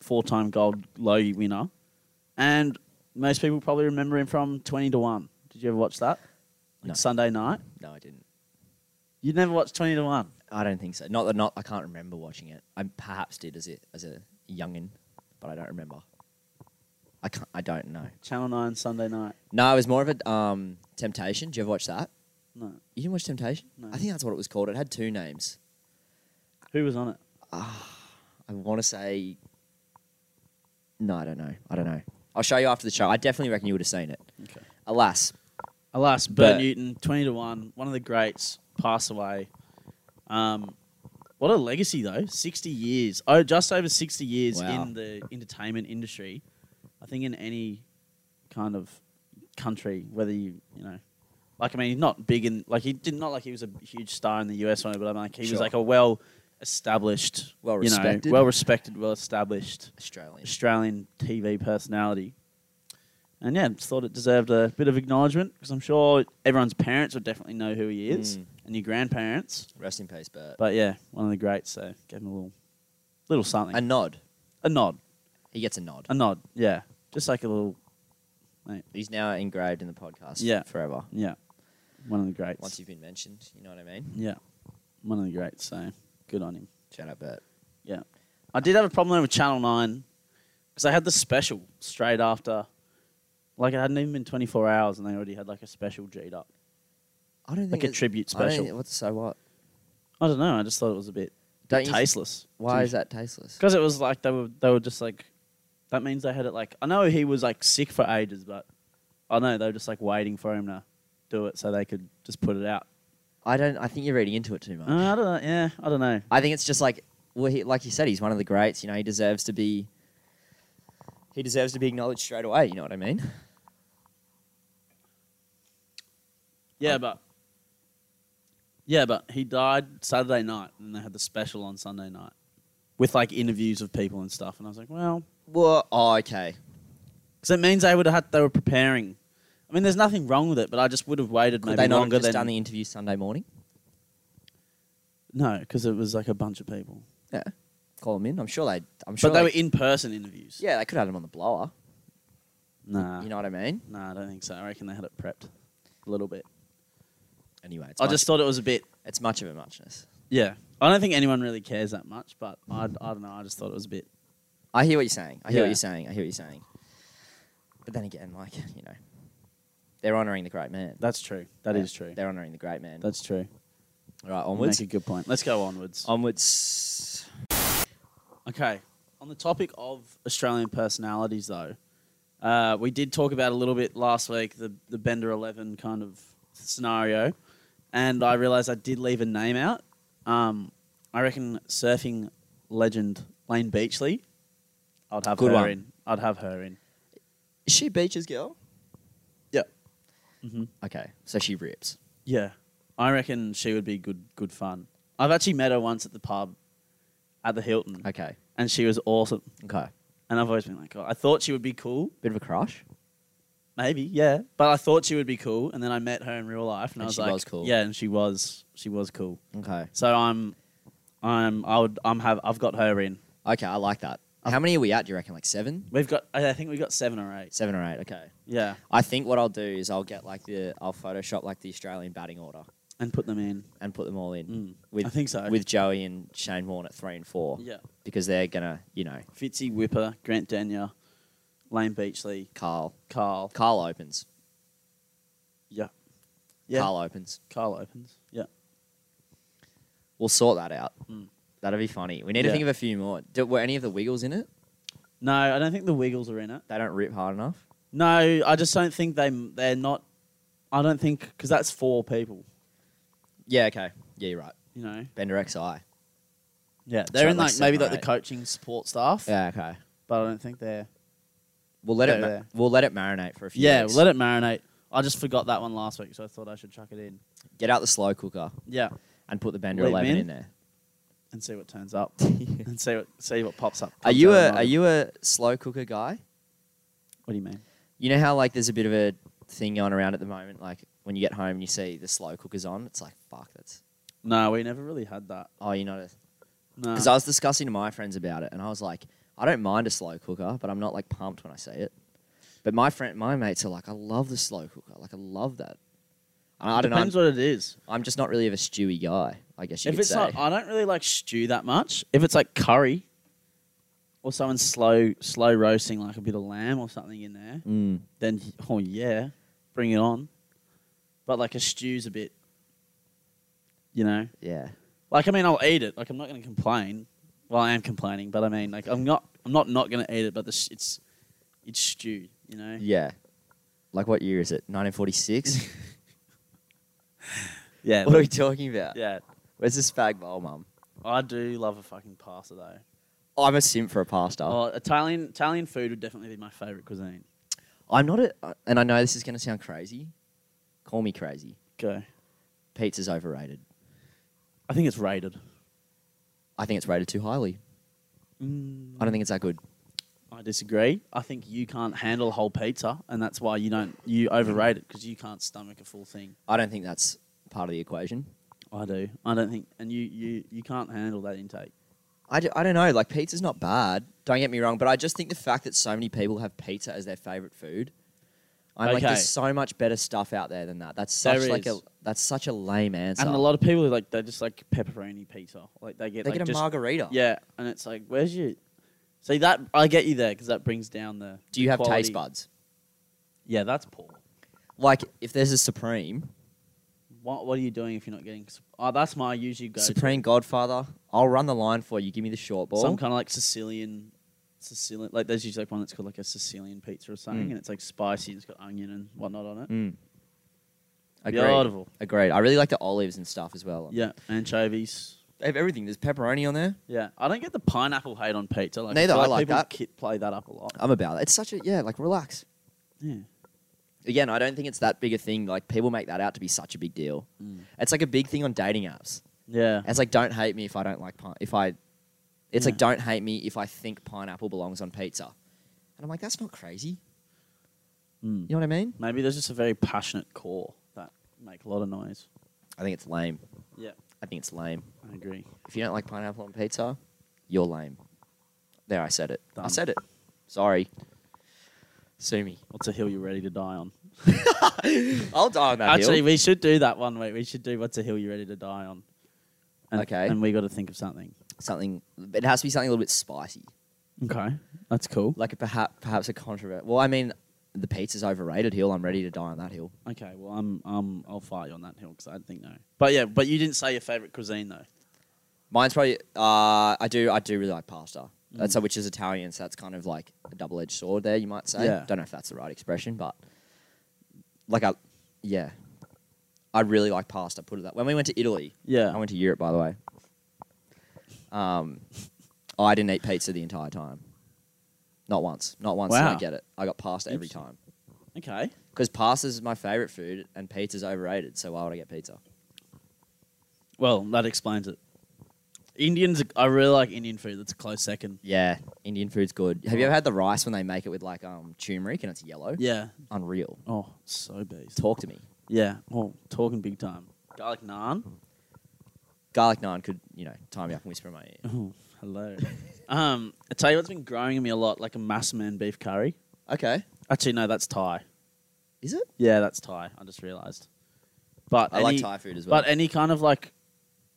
C: four time gold Logie winner. And most people probably remember him from 20 to 1. Did you ever watch that? Like
B: No.
C: Sunday night?
B: No, I didn't.
C: You never watched 20 to 1.
B: I don't think so. Not that not I can't remember watching it. I perhaps did as it as a youngin, but I don't remember. I can't. I don't know.
C: Channel 9 Sunday night.
B: No, it was more of a um, Temptation. Did you ever watch that?
C: No.
B: You didn't watch Temptation?
C: No.
B: I think that's what it was called. It had two names.
C: Who was on it?
B: I want to say. No, I don't know. I don't know. I'll show you after the show. I definitely reckon you would have seen it.
C: Okay.
B: Alas,
C: Alas, Bert
B: But-
C: Newton, twenty to one, one of the greats, passed away. Um, what a legacy though! Sixty years, oh, just over sixty years
B: Wow.
C: in the entertainment industry. I think in any kind of country, whether you you know, like I mean, he's not big in like he did not like he was a huge star in the US on it, but I'm like he
B: Sure.
C: was like a well established,
B: Well
C: you know,
B: respected.
C: well respected, well established
B: Australian.
C: Australian TV personality. And yeah, just thought it deserved a bit of acknowledgement because I'm sure everyone's parents would definitely know who he is
B: Mm.
C: and your grandparents.
B: Rest in peace, Bert.
C: But yeah, one of the greats. So gave him a little, little something,
B: A nod.
C: a nod,
B: He gets a nod.
C: a nod. Yeah, just like a little,
B: He's now engraved in the podcast
C: Yeah.
B: forever.
C: yeah, one of the greats.
B: Once you've been mentioned, you know what I mean?
C: yeah, one of the greats. So good on him.
B: Shout out, Bert.
C: Yeah, I did have a problem with Channel Nine because they had the special straight after. Like it hadn't even been 24 hours, and they already had like a special G'd up.
B: I don't
C: Like a
B: it's-
C: tribute
B: I don't
C: special.
B: think- What's so what?
C: I don't know. I just thought it was a bit
B: Don't you-
C: tasteless.
B: Why is that tasteless?
C: Because it was like they were they were just like that means they had it like I know he was like sick for ages, but I know they were just like waiting for him to do it so they could just put it out.
B: I don't. I think you're reading into it too much.
C: Uh, I don't know. Yeah, I don't know.
B: I think it's just like well, he, like you said, he's one of the greats. You know, he deserves to be. He deserves to be acknowledged straight away. You know what I mean?
C: Yeah, but yeah, but he died Saturday night, and they had the special on Sunday night with like interviews of people and stuff. And I was like, well,
B: Well, oh, okay.
C: because it means they would have had they were preparing. I mean, there's nothing wrong with it, but I just would have waited
B: Could
C: maybe
B: they not have
C: longer
B: just
C: than
B: done the interview Sunday morning?
C: no, because it was like a bunch of people.
B: Yeah, call him in. I'm sure they. I'm sure.
C: but they were in person interviews.
B: Yeah, they could have had him on the blower.
C: Nah.
B: You know what I mean?
C: Nah, I don't think so. I reckon they had it prepped a little bit.
B: Anyway, it's
C: I
B: much-
C: just thought it was a bit.
B: it's much of a muchness.
C: Yeah. I don't think anyone really cares that much, but I, I don't know. I just thought it was a bit.
B: I hear what you're saying. I hear what
C: Yeah.
B: you're saying. I hear what you're saying. But then again, like you know, they're honouring the great man.
C: That's true. That is true.
B: They're honouring the great man.
C: That's true.
B: All right,
C: You
B: onwards.
C: Make a good point. Let's go onwards.
B: Onwards.
C: Okay. On the topic of Australian personalities, though, uh, we did talk about a little bit last week the, the Bender 11 kind of scenario, and I realised I did leave a name out. Um, I reckon surfing legend Lane Beachley, I'd have
B: Good
C: her
B: one.
C: in. I'd have her in.
B: Is she Beaches girl?
C: Yeah.
B: Mm-hmm.
C: hmm
B: Okay, so she rips.
C: Yeah, I reckon she would be good good fun. I've actually met her once at the pub, at the Hilton,
B: Okay.
C: and she was awesome.
B: Okay.
C: And I've always been like, oh, I thought she would be cool,
B: Bit of a crush.
C: maybe, yeah. But I thought she would be cool, and then I met her in real life, and,
B: And
C: I was
B: she
C: like,
B: was cool.
C: yeah, and she was, she was cool.
B: Okay.
C: So I'm, I'm, I would, I'm have, I've got her in.
B: Okay, I like that.
C: Oh.
B: How many are we at? Do you reckon? Like seven,
C: We've got, I I think we got seven or eight.
B: seven or eight? Okay.
C: Yeah,
B: I think what I'll do is I'll get like the I'll Photoshop like the Australian batting order
C: and put them in.
B: and put them all in
C: Mm,
B: with
C: I think so.
B: with Joey and Shane Warne at three and four
C: yeah,
B: because they're gonna you know
C: Fitzy Whipper, Grant Denya, Lane Beachley,
B: Carl
C: Carl.
B: Carl opens
C: Yeah, yeah.
B: Carl opens
C: Carl opens. Yeah.
B: we'll sort that out
C: Mm.
B: that'll be funny we need to
C: Yeah.
B: think of a few more Do, were any of the Wiggles in it
C: No, I don't think the Wiggles are in it.
B: they don't rip hard enough
C: No, I just don't think they they're not. I don't think because that's four people.
B: yeah okay yeah you're right
C: You know.
B: Bender XI
C: Yeah,
B: It's
C: they're
B: like
C: in
B: like
C: like
B: seven
C: maybe
B: or
C: like the
B: eight.
C: coaching support staff.
B: yeah okay
C: but I don't think they're.
B: we'll let it
C: Yeah,
B: ma-
C: yeah.
B: we'll let it marinate for a few
C: Yeah,
B: weeks.
C: let it marinate. I just forgot that one last week, so I thought I should chuck it in.
B: get out the slow cooker
C: Yeah,
B: and put the Bender
C: Leave 'em
B: eleven
C: in.
B: in there
C: and see what turns up, and see what see what pops up.
B: are you a are you a slow cooker guy
C: What do you mean?
B: You know how like there's a bit of a thing going around at the moment, like when you get home and you see the slow cookers on, it's like fuck that's
C: No, we never really had that.
B: oh you're not a
C: No,
B: because I was discussing to my friends about it and I was like, I don't mind a slow cooker, but I'm not like pumped when I see it. But my friend my mates are like, I love the slow cooker, like I love that. And I don't know. I'm,
C: depends what it is.
B: I'm just not really of a stewy guy, I guess you
C: if
B: could
C: it's
B: say.
C: not, I don't really like stew that much. If it's like curry, or someone slow slow roasting like a bit of lamb or something in there,
B: Mm.
C: then oh yeah, bring it on. But like a stew's a bit, you know.
B: Yeah.
C: Like I mean, I'll eat it. Like I'm not going to complain. Well, I am complaining, but I mean, like I'm not. I'm not not going to eat it. But the, s- it's it's stewed, you know.
B: Yeah. Like what year is it? 1946?
C: Yeah,
B: what are we
C: like-
B: talking about?
C: yeah.
B: Where's the spag bowl, mum?
C: I do love a fucking pasta though.
B: I'm a simp for a pasta.
C: Oh, Italian Italian food would definitely be my favorite cuisine.
B: I'm not a, uh, and I know this is going to sound crazy. Call me crazy.
C: Go.
B: Pizza's overrated.
C: I think it's rated.
B: I think it's rated too highly.
C: Mm,
B: I don't think it's that good.
C: I disagree. I think you can't handle a whole pizza, and that's why you don't you overrate it because you can't stomach a full thing.
B: I don't think that's part of the equation.
C: I do. I don't think, and you you you can't handle that intake.
B: I, d- I don't know. Like, pizza's not bad. Don't get me wrong. But I just think the fact that so many people have pizza as their favorite food. I'm like,
C: Okay.
B: there's so much better stuff out there than that. That's such
C: There
B: like a
C: is.
B: that's such a lame answer.
C: And a lot of people are like they just like pepperoni pizza, like they get
B: they
C: like
B: get a
C: just,
B: margarita.
C: yeah, and it's like where's your see that I get you there because that brings down the.
B: Do you
C: the
B: have
C: quality.
B: taste buds?
C: Yeah, that's poor.
B: Like, if there's a supreme,
C: What what are you doing if you're not getting? s- Oh, that's my usually go.
B: supreme Godfather, I'll run the line for you. Give me the short ball.
C: Some kind of like Sicilian, Sicilian like there's usually like one that's called like a Sicilian pizza or something,
B: Mm.
C: and it's like spicy and it's got onion and whatnot on it.
B: Mm. Agreed.
C: Beautiful.
B: Agreed. I really like the olives and stuff as well.
C: Yeah, anchovies.
B: They have everything. There's pepperoni on there.
C: Yeah, I don't get the pineapple hate on pizza. Like,
B: Neither,
C: feel
B: I like
C: people
B: that.
C: ki- play that up a lot.
B: I'm about that. It's such a yeah, like relax.
C: Yeah.
B: Again, I don't think it's that big a thing. Like people make that out to be such a big deal.
C: Mm.
B: It's like a big thing on dating apps.
C: Yeah.
B: It's like don't hate me if I don't like pine if I
C: Yeah.
B: it's like don't hate me if I think pineapple belongs on pizza. And I'm like, that's not crazy.
C: Mm.
B: You know what I mean?
C: Maybe there's just a very passionate core that make a lot of noise.
B: I think it's lame.
C: Yeah.
B: I think it's lame.
C: I agree.
B: If you don't like pineapple on pizza, you're lame. There I said it. I
C: Done.
B: said it. Sorry. Sue me.
C: What's a hill you're ready to die on?
B: I'll die on that
C: Actually,
B: hill.
C: we should do that one week. We should do what's a hill you're ready to die on. And,
B: Okay.
C: And we got to think of something.
B: Something. It has to be something a little bit spicy,
C: Okay. That's cool.
B: like a perhaps perhaps a controversial. Well, I mean, the pizza's overrated hill. I'm ready to die on that hill.
C: Okay. Well, I'm um I'll fight you on that hill because I don't think no. But yeah, but you didn't say your favorite cuisine though.
B: Mine's probably. Uh, I do. I do really like
C: Mm.
B: pasta. That's uh, which is Italian, so that's kind of like a double-edged sword. There, you might say.
C: Yeah.
B: Don't know if that's the right expression, but like I, yeah, I really like pasta. Put it that. When we went to Italy,
C: Yeah.
B: I went to Europe, by the way. Um, I didn't eat pizza the entire time. Not once. Not once did
C: Wow.
B: I get it. I got pasta every
C: Interesting.
B: time.
C: Okay.
B: Because pasta is my favorite food, and pizza's overrated. So why would I get pizza?
C: Well, that explains it. Indians, I really like Indian food. That's a close second.
B: Yeah, Indian food's good. Have you ever had the rice when they make it with like um turmeric and it's yellow?
C: Yeah.
B: unreal.
C: Oh, so beast.
B: Talk to me.
C: Yeah. Oh, talking big time. Garlic naan.
B: Garlic naan could you know tie me up and whisper in my ear.
C: Oh, hello. um, I tell you what's been growing in me a lot, like a massaman beef curry.
B: Okay,
C: Actually, no, that's Thai.
B: is it?
C: Yeah, that's Thai. I just realised. But
B: I like
C: any-
B: Thai food as well.
C: But any kind of like,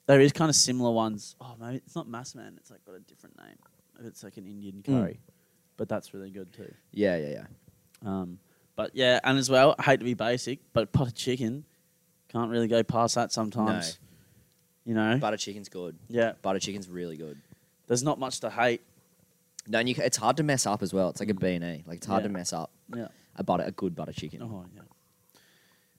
C: there is kind of similar ones. Oh, maybe it's not Massman. It's like got a different name. Maybe It's like an
B: Mm.
C: Indian curry, but that's really good too.
B: yeah, yeah, yeah.
C: Um, but yeah, and as well, I hate to be basic, but pot of chicken can't really go past that sometimes. You know,
B: Butter chicken's good.
C: yeah,
B: Butter chicken's really good.
C: there's not much to hate.
B: No, and you, ca- it's hard to mess up as well. It's like a B and E. Like it's hard
C: Mm. Yeah.
B: to mess up
C: Yeah.
B: a butter, a good butter chicken.
C: Oh yeah.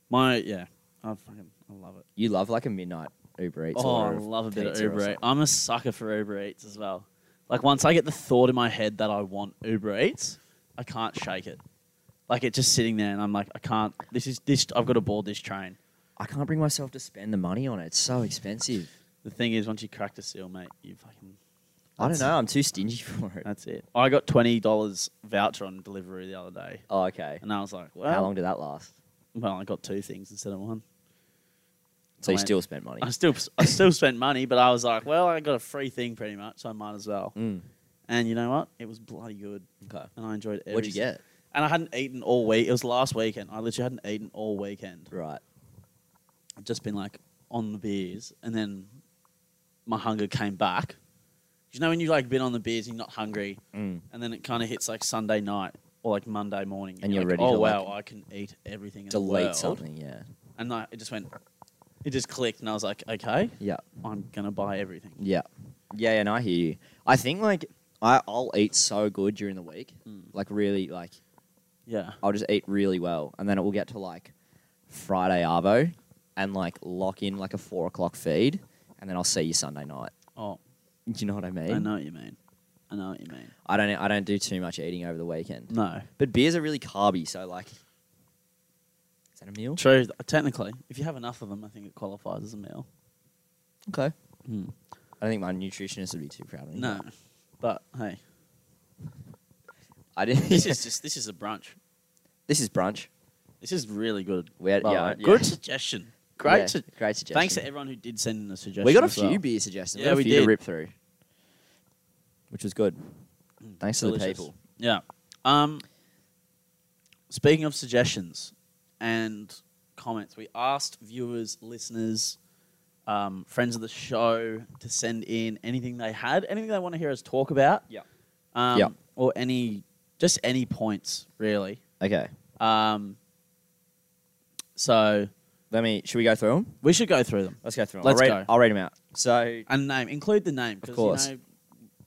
C: My yeah, I fucking I love it.
B: You love like a midnight Uber Eats.
C: Oh, I
B: order of
C: love a bit of
B: pizza or
C: Uber Eats.
B: something.
C: I'm a sucker for Uber Eats as well. Like once I get the thought in my head that I want Uber Eats, I can't shake it. Like it's just sitting there, and I'm like, I can't. This is this. I've got to board this train.
B: I can't bring myself to spend the money on it. It's so expensive.
C: The thing is, once you crack the seal, mate, you fucking.
B: I don't
C: That's-
B: know. I'm too stingy for it.
C: That's it. I got twenty dollars voucher on delivery the other day,
B: Oh, okay.
C: and I was like, well,
B: How long did that last?
C: Well, I got two things instead of one.
B: So you
C: Mate,
B: still spent money.
C: I still, I still spent money, but I was like, well, I got a free thing pretty much, so I might as well.
B: Mm,
C: And you know what? It was bloody good,
B: okay.
C: and I enjoyed it.
B: What'd you get?
C: And I hadn't eaten all week. It was last weekend. I literally hadn't eaten all weekend.
B: Right.
C: I'd just been like on the beers, and then my hunger came back. You know when you like been on the beers and you're not hungry,
B: Mm.
C: and then it kind of hits like Sunday night or like Monday morning,
B: And you're
C: like,
B: ready
C: Oh
B: to,
C: wow,
B: like,
C: I can eat everything. In the
B: Delete
C: world.
B: something. Yeah.
C: and like, it just went. It just clicked, and I was like, okay,
B: Yeah.
C: I'm gonna buy everything.
B: Yeah. Yeah, and I hear you. I think like I, I'll eat so good during the week.
C: Mm.
B: Like really like
C: Yeah,
B: I'll just eat really well and then it will get to like Friday Arvo and like lock in like a four o'clock feed and then I'll see you Sunday night.
C: Oh,
B: Do you know what I mean?
C: I know what you mean. I know what you mean.
B: I don't e, I don't do too much eating over the weekend.
C: No,
B: But beers are really carby, so like is that a meal?
C: true. Technically, if you have enough of them, I think it qualifies as a meal.
B: Okay. I don't think my nutritionist would be too proud of me.
C: Hmm. No, but hey,
B: I didn't
C: this is just this is a brunch.
B: this is brunch.
C: This is really good.
B: We had-
C: by the
B: yeah,
C: way.
B: yeah.
C: good suggestion. Great.
B: Yeah,
C: su-
B: great suggestion.
C: Thanks to everyone who did send in a suggestion.
B: We got a
C: as
B: few
C: well.
B: beer suggestions.
C: Yeah, we
B: we had a few
C: did.
B: to rip through, which was good. Thanks to the
C: Mm. Delicious.
B: people.
C: Yeah. Um, speaking of suggestions and comments, we asked viewers, listeners, um, friends of the show to send in anything they had, anything they want to hear us talk about.
B: Yeah.
C: Um,
B: Yeah.
C: Or any, just any points, really.
B: Okay,
C: Um, so
B: let me. Should we go through them?
C: we should go through them
B: Let's go through them.
C: Let's
B: I'll read,
C: go.
B: I'll read them out. So,
C: and name, include the name, because
B: course.
C: you know.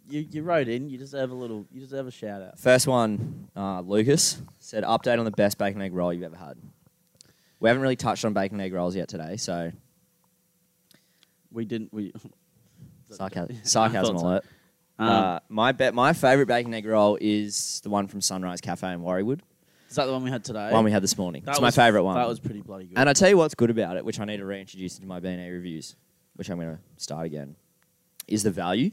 C: You, you wrote in. You deserve a little. You deserve a shout out.
B: first one, uh, Lucas said, "Update on the best bacon egg roll you've ever had." We haven't really touched on bacon egg rolls yet today, so
C: We didn't. We I
B: sarcasm,
C: thought
B: sarcasm
C: so.
B: alert.
C: Um,
B: uh, my bet, my favorite bacon egg roll is the one from Sunrise Cafe in Warriewood,
C: Is that the one we had today?
B: one we had this morning.
C: That
B: it's my
C: was-
B: favorite one.
C: That was pretty bloody good.
B: And I tell you what's good about it, which I need to reintroduce into my B&A reviews, which I'm going to start again, is the value.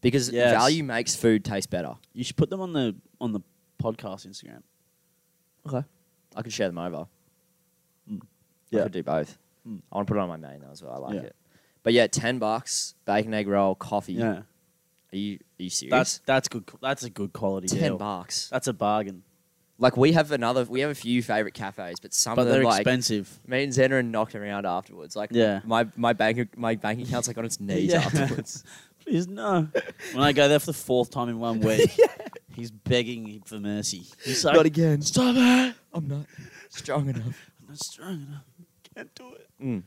B: Because
C: Yes.
B: value makes food taste better.
C: you should put them on the on the podcast Instagram.
B: Okay. I could share them over.
C: Hmm. Yeah.
B: I could do both.
C: Mm.
B: I want to put it on my main though as well. I like
C: Yeah.
B: it. But yeah, ten bucks, bacon egg roll, coffee.
C: Yeah,
B: Are you are you serious?
C: that's that's good. That's a good quality
B: ten
C: deal.
B: bucks.
C: That's a bargain.
B: Like we have another, we have a few favorite cafes, but some
C: but
B: of them
C: they're
B: like
C: expensive.
B: me and Xander are knocked around afterwards. Like
C: Yeah.
B: my my bank my bank account's like on its knees
C: Yeah.
B: afterwards.
C: Please no. when I go there for the fourth time in one week, he's begging for mercy. He's like,
B: again.
C: stop it.
B: I'm not strong enough.
C: I'm not strong enough. Can't do it.
B: Mm.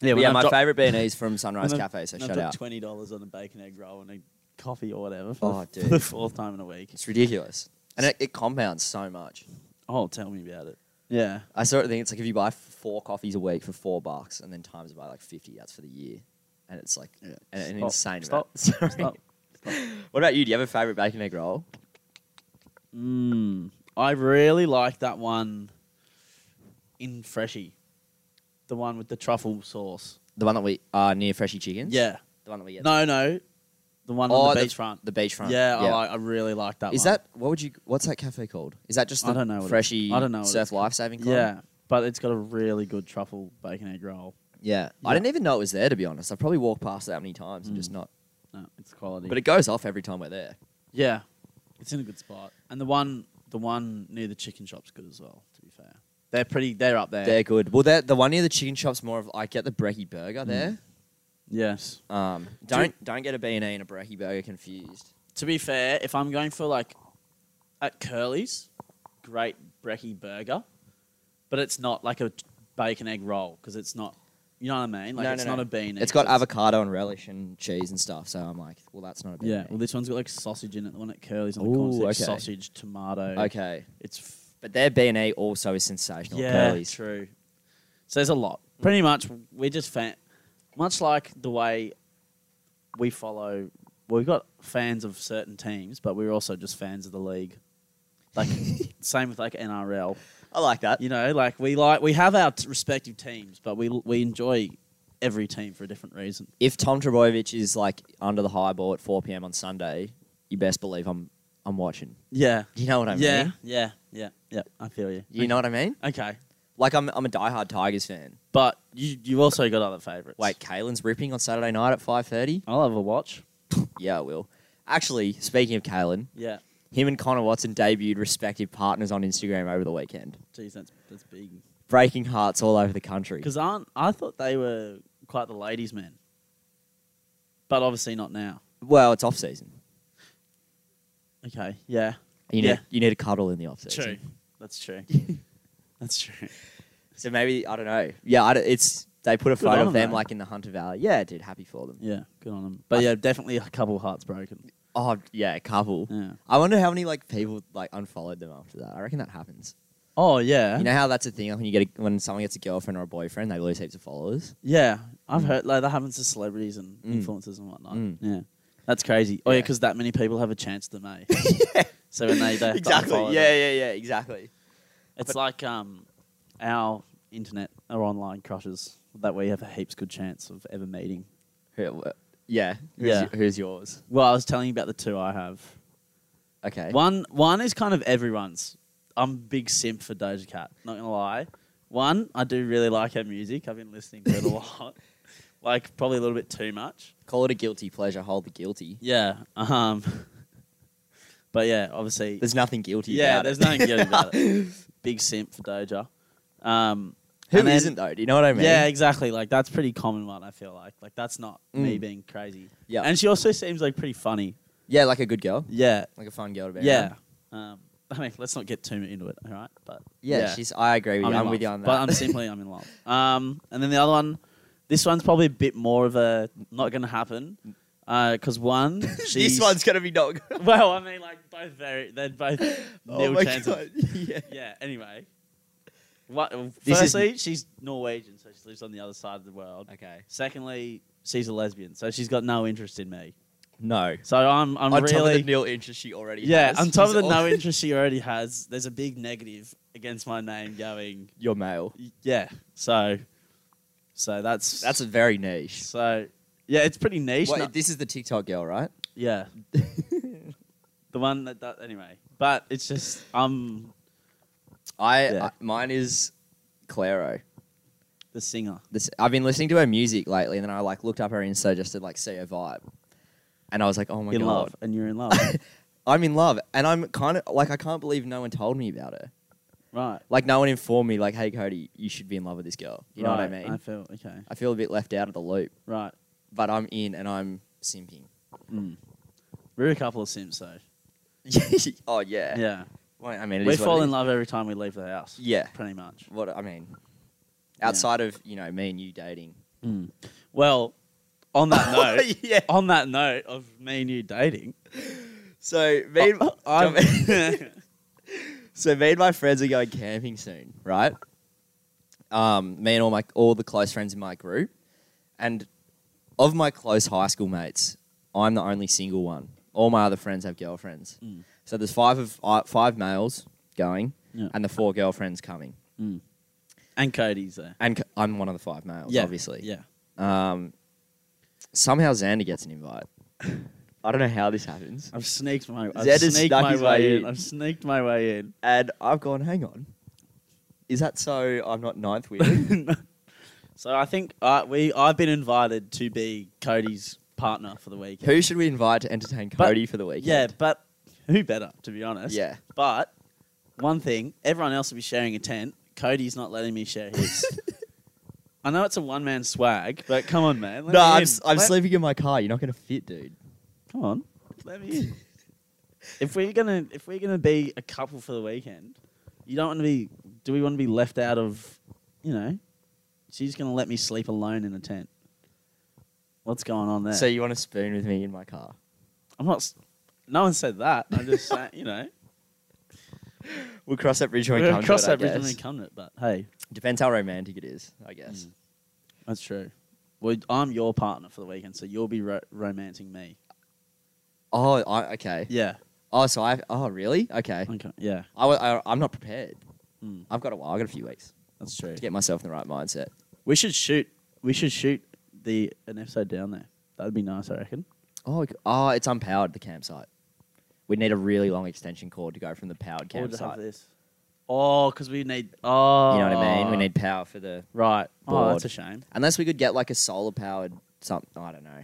C: Yeah,
B: yeah, my favorite b and from Sunrise
C: when I've-
B: Cafe. So
C: when I've
B: shout
C: dropped
B: out.
C: Twenty dollars on a bacon egg roll and a coffee or whatever. For
B: Oh,
C: the- for
B: dude.
C: the fourth time in a week.
B: It's ridiculous, and it, it compounds so much.
C: Oh, tell me about it. Yeah.
B: I sort of think it's like if you buy four coffees a week for four bucks, and then times it by like fifty, that's for the year, and it's like
C: Yeah.
B: an, an
C: Stop.
B: insane
C: Stop.
B: amount. Sorry.
C: Stop.
B: What about you? Do you have a favorite bacon egg roll?
C: Mm, I really like that one in Freshie. The one with the truffle sauce.
B: The one that we are near Freshie Chickens.
C: Yeah.
B: the one that we get.
C: No, no. The one
B: Oh,
C: on the
B: the-
C: beachfront.
B: the beachfront.
C: Yeah, I, like, I really like that
B: Is
C: one.
B: that what would you? What's that cafe called? Is that just
C: I
B: the
C: don't know what it-
B: Freshie
C: I don't know what it's
B: Surf Life Saving Club?
C: Yeah, but it's got a really good truffle bacon egg roll.
B: yeah,
C: Yeah. Mm.
B: I didn't even know it was there to be honest. I've probably walked past that many times and just not.
C: No, it's quality.
B: But it goes off every time we're there.
C: yeah, it's in a good spot. And the one, the one near the chicken shop's good as well. To be fair, they're pretty. They're up there.
B: They're good. Well, they're, the one near the chicken shop's more of I get the brekkie burger
C: Mm.
B: there.
C: yes.
B: Um, don't don't get a B and E and a brekkie burger confused.
C: To be fair, if I'm going for like at Curly's, great brekkie burger, but it's not like a t- bacon egg roll because it's not. You know what I mean? Like
B: No,
C: it's
B: no, no.
C: not a bean.
B: It's got avocado and relish and cheese and stuff. So I'm like, well, that's not a B. E.
C: Yeah, well, this one's got like sausage in it. The one at Curly's on the
B: Ooh,
C: corner says
B: okay.
C: sausage, tomato.
B: okay.
C: it's f-
B: But their B and E also is sensational.
C: Yeah,
B: Curly's.
C: true. So there's a lot. Pretty much, we're just fan, much like the way we follow. Well, we've got fans of certain teams, but we're also just fans of the league. Like, same with like NRL.
B: I like that.
C: You know, like we like we have our t- respective teams, but we we enjoy every team for a different reason.
B: if Tom Trebojevic is like under the high ball at 4 p.m. on Sunday, you best believe I'm I'm watching.
C: Yeah.
B: You know what I
C: yeah,
B: mean?
C: yeah, yeah, yeah. I feel you.
B: You know what I mean?
C: Okay,
B: Like I'm I'm a diehard Tigers fan.
C: but you you also got other favorites.
B: Wait, Kalen's ripping on Saturday night at 5:30.
C: I'll have a watch.
B: Yeah, I will. Actually, speaking of Kalen,
C: Yeah.
B: him and Connor Watson debuted respective partners on Instagram over the weekend,
C: Jeez, that's that's big.
B: breaking hearts all over the country.
C: Because aren't I thought they were quite the ladies' men, but obviously not now.
B: Well, it's off season.
C: Okay, yeah,
B: You need
C: Yeah.
B: you need a cuddle in the off season.
C: That's true. That's true.
B: So maybe I don't know. Yeah, I d it's they put a
C: Good
B: photo
C: on
B: of
C: 'em,
B: them
C: though.
B: like in the Hunter Valley. Yeah, dude, happy for them.
C: Yeah, good on them. But yeah, definitely a couple hearts broken.
B: Oh yeah, a couple.
C: Yeah.
B: I wonder how many like people like unfollowed them after that. I reckon that happens.
C: Oh yeah,
B: You know how that's a thing like, when you get a, when someone gets a girlfriend or a boyfriend, they lose heaps of followers.
C: yeah. I've heard like that happens to celebrities and
B: Mm.
C: influencers and whatnot.
B: Mm.
C: Yeah, that's crazy. Oh yeah,
B: Yeah.
C: because that many people have a chance to make. So when they, they have to unfollow them.
B: yeah, yeah. Exactly.
C: It's
B: But-
C: like um, our internet or online crushes that we have a heaps good chance of ever meeting.
B: Yeah. Who's,
C: Yeah.
B: y- who's yours?
C: Well, I was telling you about the two I have.
B: Okay.
C: One one is kind of everyone's. I'm a big simp for Doja Cat, not gonna lie. One, I do really like her music. I've been listening to it a lot. Like probably a little bit too much.
B: Call it a guilty pleasure. Hold the guilty.
C: Yeah. Um But yeah, obviously
B: There's nothing guilty.
C: Yeah,
B: about
C: there's
B: it.
C: nothing guilty about it. Big simp for Doja. Um
B: Who
C: and then-
B: not though? Do you know what I mean?
C: Yeah, exactly. Like that's pretty common one I feel like. Like that's not me
B: Mm.
C: being crazy.
B: Yeah.
C: And she also seems like pretty funny.
B: yeah, like a good girl,
C: Yeah.
B: like a fun girl to be
C: Yeah.
B: around.
C: Um, I mean, let's not get too into it, all right? But
B: Yeah, she's. I agree with you.
C: in
B: I'm
C: love.
B: with you on that.
C: But I'm simply I'm in love. Um, and then the other one, this one's probably a bit more of a not going to happen, because one, she's,
B: gonna be not. Good.
C: well, I mean, like both very, they're both
B: Oh
C: nil chance. Of,
B: yeah.
C: yeah. Anyway, what? well,
B: This is-
C: firstly, she's Norwegian, so she lives on the other side of the world.
B: Okay.
C: Secondly, she's a lesbian, so she's got no interest in me.
B: No.
C: So I'm I'm
B: on
C: really
B: top of the nil interest she already
C: yeah,
B: has.
C: on top of
B: she's
C: the
B: al-
C: no interest she already has, there's a big negative against my name going.
B: You're male.
C: y- Yeah, so, so that's
B: That's very niche.
C: so yeah, it's pretty niche.
B: Wait,
C: no-
B: this is the TikTok girl, right?
C: yeah, the one that, that anyway. But it's just um
B: I,
C: Yeah.
B: I mine is Claro.
C: the singer.
B: This I've been listening to her music lately, and then I like looked up her Insta just to like see her vibe, and I was like, oh my
C: in
B: god,
C: love, and you're in love.
B: I'm in love, and I'm kind of like I can't believe no one told me about her.
C: Right.
B: Like no one informed me. Like, hey, Cody, you should be in love with this girl. You know what I
C: Right,
B: mean?
C: I feel okay.
B: I feel a bit left out of the loop,
C: Right.
B: but I'm in and I'm simping.
C: Mm. We're a couple of sims though.
B: oh yeah.
C: Yeah.
B: Well, I mean, it
C: we
B: is what
C: fall
B: it
C: in
B: is.
C: love every time we leave the house.
B: Yeah.
C: Pretty much.
B: What I mean,
C: Yeah.
B: outside of you know me and you dating.
C: Well, on that note,
B: yeah.
C: on that note of me and you dating, Oh,
B: So me, and-
C: I'm-
B: so me and my friends are going camping soon, right? Um, me and all my all the close friends in my group, and of my close high school mates, I'm the only single one. All my other friends have girlfriends.
C: Mm.
B: So there's five of uh, five males going,
C: Yeah.
B: and the four girlfriends coming,
C: and Cody's there.
B: and c- I'm one of the five males, obviously.
C: Yeah.
B: Um, somehow Xander gets an invite. I don't know how this happens.
C: I've sneaked my I've
B: Zed has
C: sneaked
B: snuck
C: my
B: his
C: way,
B: way
C: in.
B: in.
C: I've sneaked my way in.
B: And I've gone, hang on. Is that so I'm not ninth wheel?
C: so I think uh, we I've been invited to be Cody's partner for the weekend.
B: Who should we invite to entertain
C: But-
B: Cody for the weekend?
C: Yeah, but who better to be honest?
B: Yeah.
C: But one thing, everyone else will be sharing a tent. Cody's not letting me share his. I know it's a one man swag, but come on, man. let
B: No,
C: me
B: I'm,
C: in.
B: s- I'm
C: Let-
B: sleeping in my car. You're not going to fit, dude.
C: Come on, let me in. if we're gonna if we're gonna be a couple for the weekend, you don't want to be. Do we want to be left out of? You know, she's gonna let me sleep alone in a tent. What's going on there?
B: So you want to spoon with me in my car?
C: I'm not. s- No one said that. I'm just saying, you know.
B: We'll cross that bridge when we
C: We'll
B: come
C: cross
B: to it, I
C: that bridge when we
B: guess.
C: come to it, but hey,
B: Depends how romantic it is, I guess.
C: Mm. that's true. Well, I'm your partner for the weekend, so you'll be ro- romancing me.
B: Oh, I, okay.
C: Yeah. Hmm.
B: Oh, so I. Oh, really? Okay.
C: Okay. Yeah.
B: I, wa- I, I'm not prepared.
C: Mm.
B: I've got a while. I've got a few weeks
C: That's true.
B: to get myself in the right mindset.
C: We should shoot. We should shoot the an episode down there. That'd be nice, I reckon.
B: Oh, it- oh, it's unpowered, the campsite. We need a really long extension cord to go from the powered
C: Or just have
B: campsite.
C: this. Oh, because we need. Oh,
B: You know what I mean? We need power for the
C: right. Oh,
B: board.
C: that's a shame.
B: unless we could get like a solar powered something. I don't know.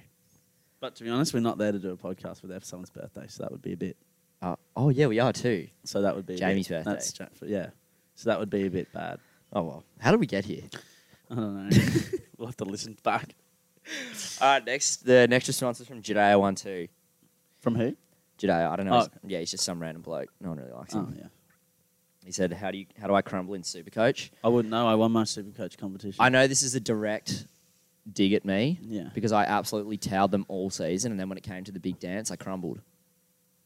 C: But to be honest, we're not there to do a podcast for someone's birthday, so that would be a bit.
B: Uh, oh yeah, we are too.
C: So that would be a
B: Jamie's
C: bit-
B: birthday.
C: That's ja- yeah. So that would be a bit bad.
B: Oh well, how did we get here?
C: I don't know. we'll have to listen back.
B: All right, Uh, next the next response is from Judea one two.
C: From who?
B: Judea, I don't know.
C: Oh.
B: his- Yeah, he's just some random bloke. No one really likes him.
C: Oh yeah.
B: He said, "How do you how do I crumble in Supercoach?"
C: I wouldn't know. I won my super coach competition.
B: I know this is a direct dig at me
C: Yeah.
B: because I absolutely towed them all season, and then when it came to the big dance, I crumbled.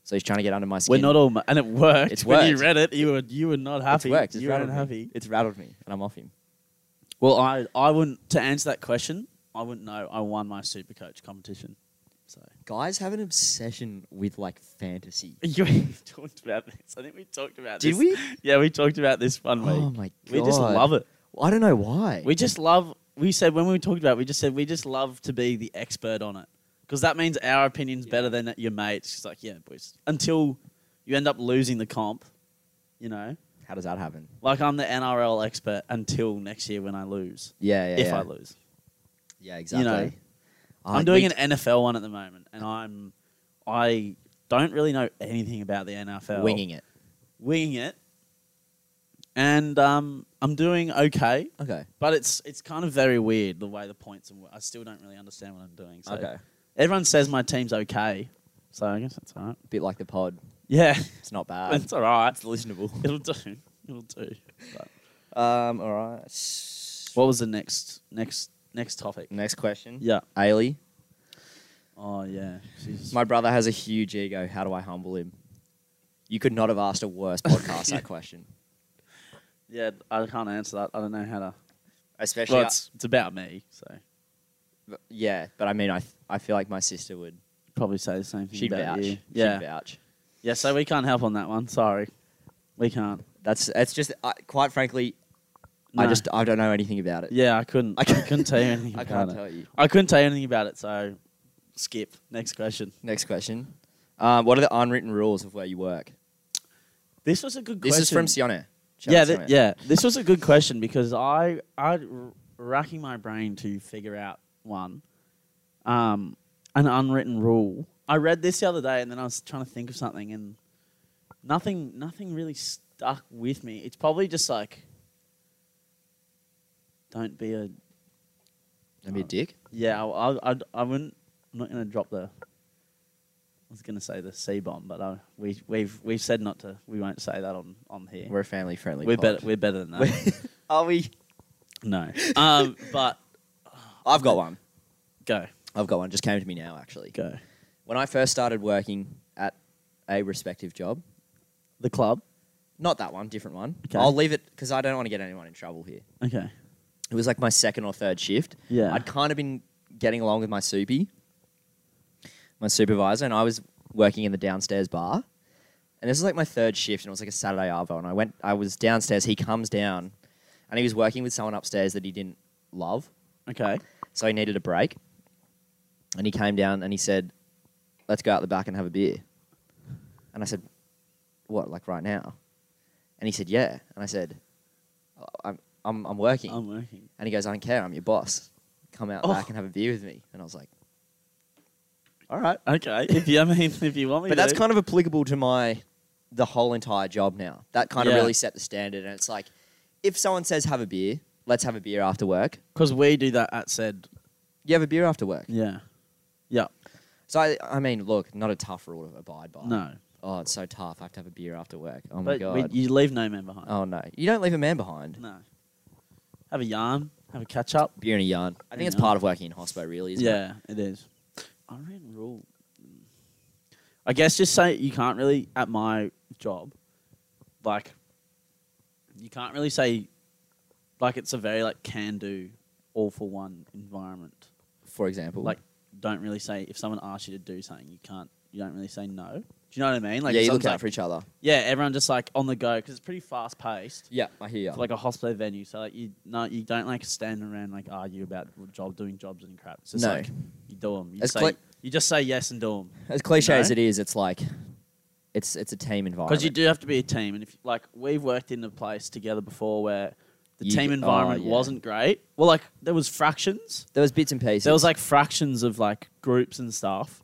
B: So he's trying to get under my skin.
C: We're not all, ma- and it worked.
B: It's
C: when you
B: worked.
C: read it, you were you were not happy.
B: It's worked. It's
C: you were
B: rattled me.
C: unhappy.
B: It's rattled me, and I'm off him.
C: Well, I I wouldn't to answer that question. I wouldn't know. I won my super coach competition. So
B: Guys have an obsession with like fantasy.
C: you talked about this. I think we talked about
B: Did
C: this.
B: we?
C: Yeah, we talked about this one week.
B: Oh my god.
C: we just love it.
B: I don't know why.
C: We just love. We said when we talked about, it, we just said we just love to be the expert on it because that means our opinion's better than your mates. It's like yeah, boys. Until you end up losing the comp, you know.
B: How does that happen?
C: Like I'm the NRL expert until next year when I lose,
B: Yeah, yeah.
C: if
B: yeah.
C: I lose.
B: Yeah, exactly.
C: know,
B: I-
C: I'm doing
B: we-
C: an NFL one at the moment, and I'm I don't really know anything about the NFL.
B: winging it.
C: winging it, and um, I'm doing okay,
B: Okay.
C: but it's it's kind of very weird the way the points. And I still don't really understand what I'm doing. So
B: okay.
C: everyone says my team's okay, so I guess that's all right.
B: bit like the pod.
C: Yeah,
B: It's not bad.
C: it's all right.
B: Uh, it's listenable.
C: It'll do. It'll do. But
B: Um, all right.
C: what was the next next next topic?
B: Next question.
C: Yeah.
B: Ailey.
C: Oh yeah. She's
B: My brother has a huge ego. How do I humble him? You could not have asked a worse podcast that question.
C: yeah. I can't answer that. I don't know how to.
B: Especially,
C: Well, it's, it's about me, so
B: I- yeah. But I mean, I I feel like my sister would.
C: probably say the same thing
B: She'd
C: about
B: vouch.
C: you.
B: She'd
C: Yeah,
B: vouch.
C: yeah. So we can't help on that one. Sorry, we can't.
B: That's it's just I, quite frankly, I
C: No.
B: just I don't know anything about it.
C: Yeah, I couldn't.
B: I
C: I,
B: can't-
C: couldn't tell you anything
B: I
C: about
B: can't
C: it.
B: tell you.
C: I couldn't tell you anything about it. So skip next question.
B: Next question. Um, what are the unwritten rules of where you work?
C: This was a good.
B: This
C: question.
B: is from Sione. Shout
C: yeah,
B: out
C: th-
B: Sione.
C: yeah. This was a good question because I I r- racking my brain to figure out one, um, an unwritten rule I read this the other day, and then I was trying to think of something, and nothing, nothing really stuck with me. It's probably just like, don't be a
B: Don't be a dick.
C: yeah. I, I, I'd- I wouldn't. I'm not gonna drop the. I was gonna say the C bomb, but I, we we've we've said not to. We won't say that on on here.
B: We're a family friendly.
C: We're better. We're better than that.
B: Are we?
C: no. Um. But
B: I've got one.
C: go
B: I've got one. Just came to me now, actually.
C: go
B: When I first started working at a respective job,
C: the club.
B: not that one, different one.
C: Okay.
B: I'll leave it because I don't want to get anyone in trouble here.
C: Okay.
B: It was like my second or third shift.
C: Yeah.
B: I'd kind of been getting along with my soupy, my supervisor, and I was working in the downstairs bar. And this was like my third shift, and it was like a Saturday arvo. And I went, I was downstairs. He comes down, and he was working with someone upstairs that he didn't love,
C: Okay.
B: so he needed a break. And he came down and he said, "Let's go out the back and have a beer." And I said, "What? Like right now?" And he said, "Yeah." And I said, "Oh, "I'm, I'm, I'm working."
C: I'm working.
B: And he goes, I don't care, I'm your boss. Come out
C: Oh.
B: back and have a beer with me. And I was like,
C: All right. Okay. If you I mean, if you want me,
B: but
C: to.
B: that's kind of applicable to my the whole entire job now. That kind
C: Yeah.
B: of really set the standard. And it's like, if someone says have a beer, let's have a beer after work.
C: because we do that at said.
B: You have a beer after work.
C: Yeah. Yeah.
B: So I, I mean, look, not a tough rule to abide by.
C: No.
B: Oh, it's so tough. I have to have a beer after work. Oh my
C: but we-
B: god.
C: you leave no man behind.
B: oh no, you don't leave a man behind.
C: No. Have a yarn. Have a catch up.
B: Beer and a yarn. I think it's
C: Yeah.
B: part of working in hospo, really. Isn't It? Hmm.
C: yeah, it is. Iron rule. I guess just say you can't really at my job, like you can't really say like it's a very like can do all for one environment.
B: For example,
C: Like don't really say if someone asks you to do something, you can't you don't really say no. Do you know what I mean? Like
B: yeah,
C: if
B: you look
C: someone's
B: out
C: like-
B: for each other.
C: yeah, everyone just like on the go because it's pretty fast paced.
B: Yeah, I hear you.
C: It's like a hospital venue, so like you no, you don't like stand around like argue about job doing jobs and crap. It's just
B: No.
C: like you do them. You,
B: It's
C: say,
B: cli-
C: you just say yes and do them
B: As cliche
C: No?
B: as it is, it's like it's it's a team environment.
C: because you do have to be a team. And if like we've worked in a place together before where the
B: You
C: team
B: g-
C: environment
B: oh, yeah.
C: wasn't great. Well, like there was fractions.
B: There was bits and pieces.
C: There was like fractions of like groups and stuff.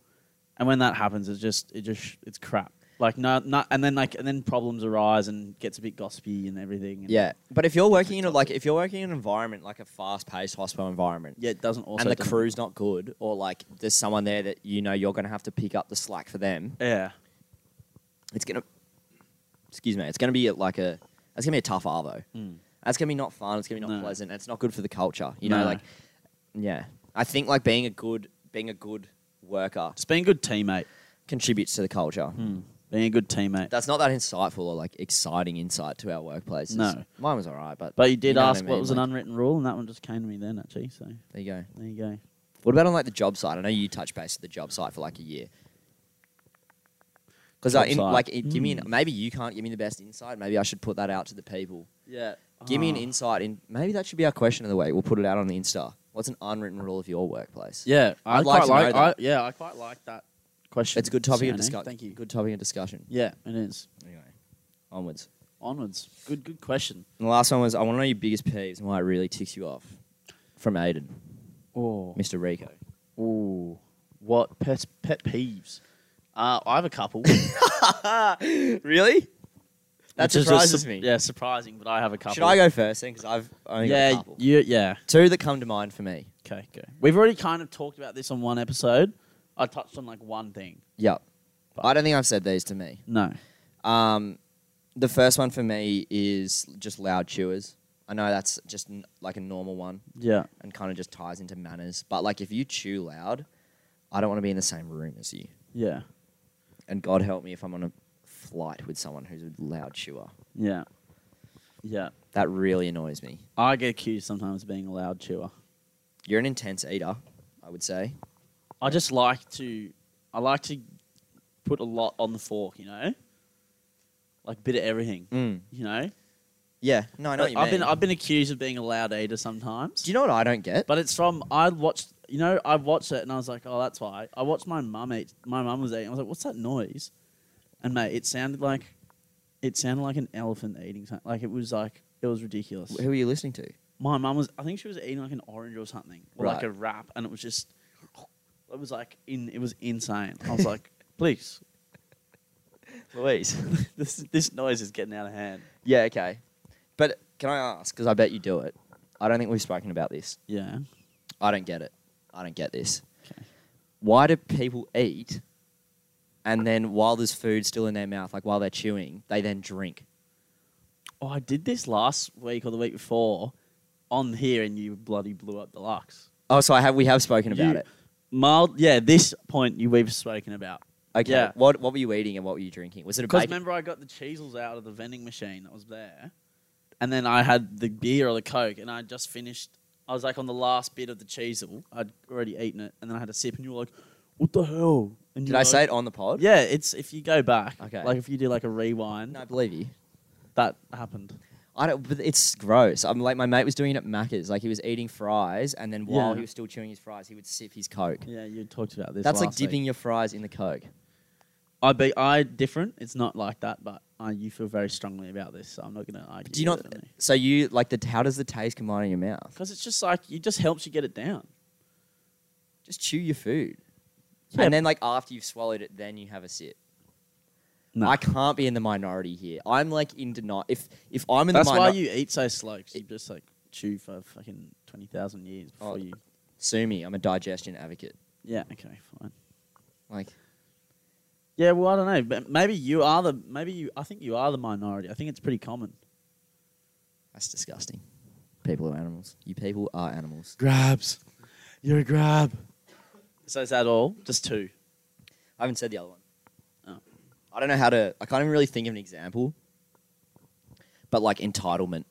C: And when that happens, it's just it just it's crap. Like no, no, and then like and then problems arise and gets a bit gossipy and everything. And
B: yeah, but if you're working in a, like if you're working in an environment like a fast-paced hospital environment,
C: yeah, it doesn't also
B: and the
C: doesn't-
B: crew's not good, or like there's someone there that you know you're going to have to pick up the slack for them,
C: Yeah,
B: it's gonna excuse me, it's gonna be like a that's gonna be a tough arvo.
C: Mm.
B: That's gonna be not fun. It's gonna be not
C: No.
B: pleasant. and it's not good for the culture. You
C: No.
B: know, like yeah, I think like being a good being a good worker
C: just being a good teammate.
B: contributes to the culture.
C: Hmm. Being a good teammate.
B: That's not that insightful or like exciting insight to our workplaces.
C: No.
B: mine was all right, but
C: but you did
B: know what
C: ask
B: I
C: what,
B: mean,
C: was
B: like-
C: an unwritten rule, and that one just came to me then, actually. So
B: There you go.
C: there you go.
B: What about on like the job site? I know you touched base at the job site for like a year. Because
C: Job
B: in,
C: site. Hmm.
B: like, it, give me an, maybe you can't give me the best insight. Maybe I should put that out to the people.
C: Yeah.
B: Give
C: Ah.
B: me an insight in. Maybe that should be our question of the week. We'll put it out on the Insta. What's an unwritten rule of your workplace?
C: Yeah, I
B: I'd
C: quite like.
B: like to know
C: I,
B: that.
C: yeah, I quite like that question.
B: it's a good topic of
C: Sione.
B: discussion.
C: Thank you.
B: Good topic of discussion.
C: Yeah, it is.
B: Anyway, onwards.
C: Onwards. Good. Good question.
B: And the last one was I want to know your biggest peeves and why it really ticks you off. From Aiden,
C: Oh.
B: Mr. Rico.
C: Ooh. What pet pet peeves? Uh, I have a couple.
B: really? That
C: which is a
B: surprises
C: sup-
B: me.
C: Yeah, surprising, but I have a couple.
B: Should I go first then? Because I've only got a
C: Yeah,
B: couple.
C: you. Yeah.
B: Two that come to mind for me.
C: Okay. Go. We've already kind of talked about this on one episode. I touched on like one thing.
B: Yep. I don't think I've said these to me.
C: No.
B: Um, the first one for me is just loud chewers. I know that's just n- like a normal one
C: Yeah.
B: and kind of just ties into manners. But like if you chew loud, I don't want to be in the same room as you.
C: Yeah.
B: And God help me if I'm on a flight with someone who's a loud chewer.
C: Yeah. Yeah.
B: That really annoys me.
C: I get accused sometimes of being a loud chewer.
B: You're an intense eater, I would say.
C: I just like to, I like to put a lot on the fork, you know, like a bit of everything,
B: Mm.
C: you know.
B: Yeah. No, I know what you
C: have
B: mean.
C: been I've been accused of being a loud eater sometimes,
B: Do you know what I don't get?
C: but it's from I watched, you know, I watched it and I was like, oh, that's why. I watched my mum eat. My mum was eating. I was like, what's that noise? And mate, it sounded like, it sounded like an elephant eating something. Like it was like it was ridiculous.
B: Who are you listening to?
C: my mum was I think she was eating like an orange or something or like
B: Right.
C: a wrap and it was just it was like in it was insane. I was like, please,
B: Louise.
C: this this noise is getting out of hand.
B: yeah, okay. But can I ask? Because I bet you do it. I don't think we've spoken about this.
C: Yeah.
B: I don't get it. I don't get this.
C: Okay.
B: Why do people eat and then while there's food still in their mouth, like while they're chewing, they then drink?
C: Oh, I did this last week or the week before on here, and you bloody blew up the lux.
B: Oh, so I have we have spoken about
C: You-
B: it.
C: Mild, yeah. This point you we've spoken about
B: Okay.
C: yeah.
B: What what were you eating and what were you drinking? Was it a
C: because
B: bacon?
C: remember I got the cheesels out of the vending machine that was there, and then I had the beer or the coke, and I just finished. I was like on the last bit of the cheesel. I'd already eaten it, and then I had a sip, and you were like, "What the hell?" And
B: Did I say it on the pod?
C: Yeah, it's if you go back,
B: Okay.
C: like if you do like a rewind,
B: No, I believe you.
C: that happened.
B: I don't. But it's gross. I'm like my mate was doing it at Macca's. Like he was eating fries, and then while
C: Yeah.
B: he was still chewing his fries, he would sip his coke.
C: Yeah, you talked about this.
B: That's like
C: last week.
B: dipping your fries in the coke.
C: I be I different. It's not like that, but I, you feel very strongly about this, so I'm not going to argue.
B: Do you not? So you like the? How does the taste combine in your mouth?
C: Because it's just like it just helps you get it down.
B: Just chew your food,
C: Yeah.
B: and then like after you've swallowed it, then you have a sip.
C: No,
B: I can't be in the minority here. I'm like in denial. If if I'm in
C: that's
B: the
C: why
B: minority,
C: you eat so slow. 'cause you just like chew for fucking twenty thousand years before
B: Oh.
C: you.
B: sue me. I'm a digestion advocate.
C: Yeah. Okay. Fine.
B: Like
C: Yeah. Well, I don't know. But maybe you are the. Maybe you. I think you are the minority. I think it's pretty common.
B: that's disgusting. People are animals. You people are animals.
C: Grabs. You're a grab. So is that all? Just two.
B: I haven't said the other one.
C: Oh.
B: I don't know how to. I can't even really think of an example. But like entitlement,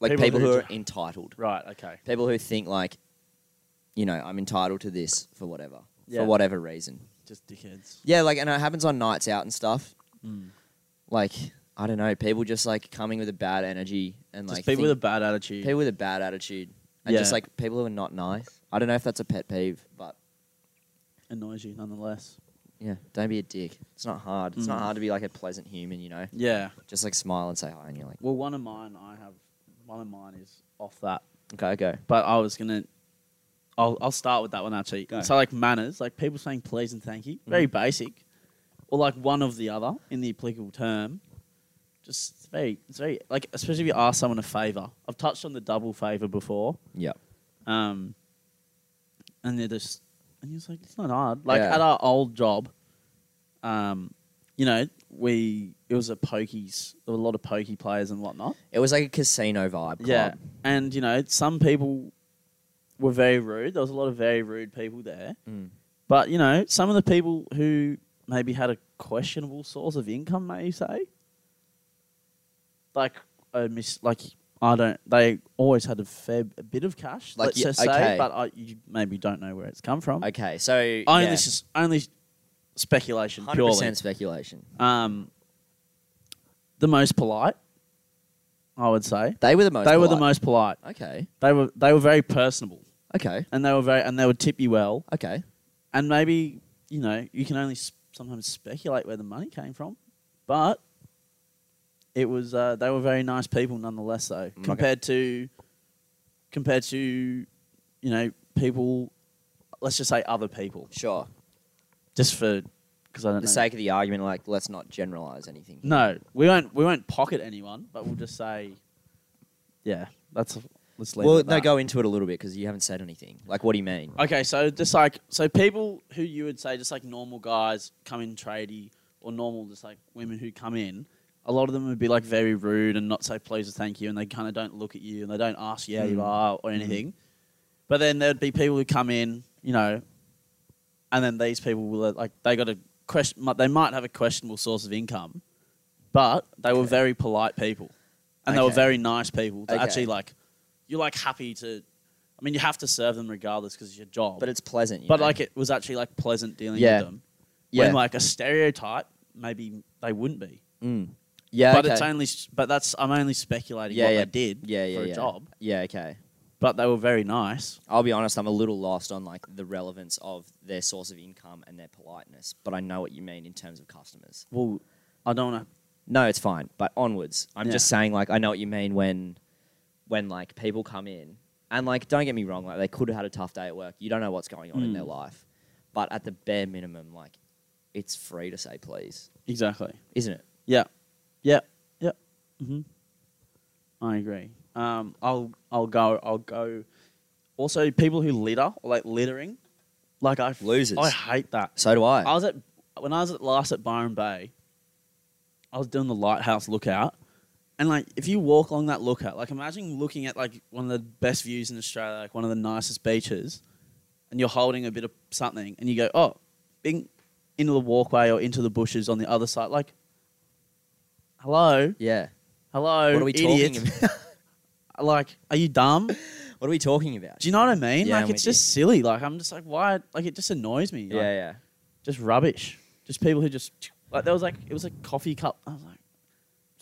B: like people,
C: People
B: who
C: who-
B: are entitled,
C: Right. Okay.
B: people who think like, you know, I'm entitled to this for whatever,
C: Yeah.
B: for whatever reason.
C: Just dickheads.
B: Yeah, like and it happens on nights out and stuff.
C: Mm.
B: Like I don't know, people just like coming with a bad energy and
C: Just
B: like
C: people
B: think-
C: with a bad attitude.
B: people with a bad attitude and just
C: Yeah.
B: like people who are not nice. I don't know if that's a pet peeve, but
C: annoys you nonetheless.
B: yeah, don't be a dick. It's not hard. It's not
C: Mm.
B: hard to be like a pleasant human, you know.
C: Yeah.
B: Just like smile and say hi, and you're like,
C: Well, one of mine, I have one of mine is off that,
B: okay, go.
C: but I was gonna. I'll, I'll start with that one actually. So like manners, like people saying please and thank you, very basic, or like one of the other in the applicable term. Just it's very, it's very like especially if you ask someone a favor. I've touched on the double favor before,
B: Yeah,
C: um, and they're just and you're just like it's not hard. Like
B: Yeah.
C: at our old job, um, you know, we it was a pokies. There were a lot of pokey players and whatnot.
B: it was like a casino vibe.
C: Yeah,
B: club.
C: and you know, some people were very rude. There was a lot of very rude people there.
B: Mm.
C: But you know, some of the people who maybe had a questionable source of income, may you say, like I miss, like I don't. They always had a fair b- a bit of cash,
B: Like,
C: let's
B: yeah,
C: just
B: okay.
C: say, but I, you maybe don't know where it's come from.
B: Okay, so only
C: Only this is only speculation,
B: hundred
C: purely.
B: percent speculation.
C: Um, the most polite, I would say.
B: They were the most.
C: they were the
B: polite.
C: most polite.
B: Okay,
C: They were they were very personable,
B: okay,
C: and they were very and they would tip you well.
B: okay.
C: And maybe you know you can only s- sometimes speculate where the money came from, but it was uh, they were very nice people nonetheless. Though
B: gonna-
C: compared to compared to you know people, let's just say other people,
B: Sure.
C: just for because I don't
B: For
C: know.
B: the sake of the argument, like let's not generalize anything. here.
C: no, we won't we won't pocket anyone, but we'll just say, yeah, that's let's leave. it
B: Well,
C: at
B: no,
C: that.
B: go into it a little bit because you haven't said anything. Like, what do you mean?
C: Okay, so just like so, people who you would say just like normal guys come in tradie or normal just like women who come in, a lot of them would be like very rude and not say please or thank you, and they kind of don't look at you and they don't ask you how you
B: Mm.
C: are or anything. But then there'd be people who come in, you know, and then these people will uh, like they got a question. mi- They might have a questionable source of income, but they were
B: Okay.
C: very polite people, and they were
B: Okay.
C: very nice people. To
B: Okay.
C: Actually, like you're like happy to. I mean, you have to serve them regardless because it's your job.
B: But it's pleasant. you
C: But
B: know?
C: like it was actually like pleasant dealing
B: Yeah.
C: with them.
B: yeah,
C: When like a stereotype, maybe they wouldn't be.
B: Mm. yeah,
C: but
B: okay.
C: it's only s- but that's I'm only speculating
B: Yeah,
C: what
B: yeah.
C: they did
B: yeah, yeah,
C: for
B: yeah.
C: a job.
B: Yeah, okay.
C: But they were very nice.
B: I'll be honest, I'm a little lost on like the relevance of their source of income and their politeness, but I know what you mean in terms of customers.
C: Well, I don't want to.
B: No, it's fine. But onwards, I'm just saying like I know what you mean when when like people come in And like, don't get me wrong, like they could have had a tough day at work. You don't know what's going on in
C: Mm.
B: their life, but at the bare minimum, like, it's free to say please,
C: Exactly.
B: isn't it?
C: Yeah. Yeah. Yeah. hmm I agree. Um, I'll I'll go I'll go. Also, people who litter like littering, like I
B: Losers.
C: I hate that.
B: So do I.
C: I was at when I was at last at Byron Bay, I was doing the lighthouse lookout. And like if you walk along that lookout, like imagine looking at like one of the best views in Australia, like one of the nicest beaches, and you're holding a bit of something and you go, Oh, bing into the walkway or into the bushes on the other side, like Hello,
B: yeah.
C: hello,
B: What are we
C: idiot.
B: talking about?
C: Like, are you dumb?
B: what are we talking about?
C: Do you know what I mean?
B: Yeah, I'm
C: like, it's
B: with you.
C: just silly. Like, I'm just like, why? Like, it just annoys me. Like,
B: yeah, yeah.
C: just rubbish. Just people who just like there was like it was like coffee cup. I was like,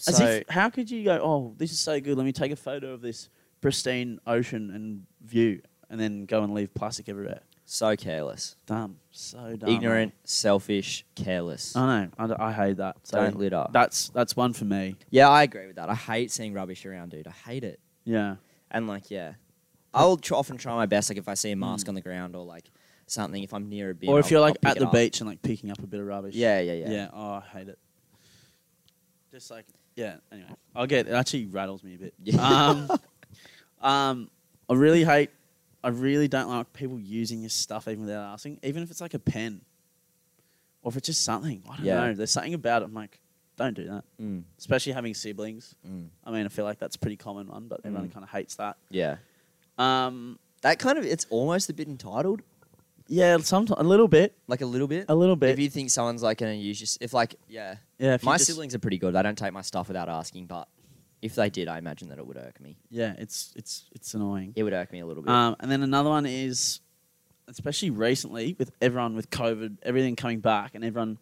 C: as
B: So
C: if, how could you go? Oh, this is so good. Let me take a photo of this pristine ocean and view, and then go and leave plastic everywhere.
B: so careless,
C: Dumb, so dumb,
B: ignorant, selfish, careless.
C: I know. I, d- I hate Um, that. So
B: Don't litter.
C: That's that's one for me.
B: yeah, I agree with that. I hate seeing rubbish around, dude. I hate it.
C: Yeah.
B: And like, yeah, I'll tr- often try my best. Like, if I see a mask on the ground or like something, if I'm near a bin,
C: Hmm. or if
B: I'll-
C: you're
B: I'll
C: like
B: pick
C: at
B: it
C: the
B: up.
C: beach and like picking up a bit of rubbish.
B: Yeah, yeah, yeah,
C: Yeah. Oh, I hate it. Just like yeah. Anyway, I'll get. It actually rattles me a bit.
B: Yeah.
C: Um, um, I really hate. I really don't like people using your stuff even without asking, even if it's like a pen, or if it's just something. I don't
B: Yeah.
C: know. There's something about it. I'm like, don't do that.
B: Mm,
C: Especially having siblings.
B: mm,
C: I mean, I feel like that's a pretty common one, but everyone
B: Mm.
C: kind of hates that.
B: yeah.
C: Um,
B: That kind of it's almost a bit entitled,
C: yeah, sometimes a little bit,
B: like a little bit.
C: a little bit.
B: If you think someone's like gonna use your, s- if like yeah,
C: yeah, if you
B: my
C: just-
B: siblings are pretty good. They don't take my stuff without asking, but if they did, I imagine that it would irk me.
C: Yeah, it's it's it's annoying.
B: It would irk me a little bit.
C: Um, and then another one is, especially recently with everyone with COVID, everything coming back and everyone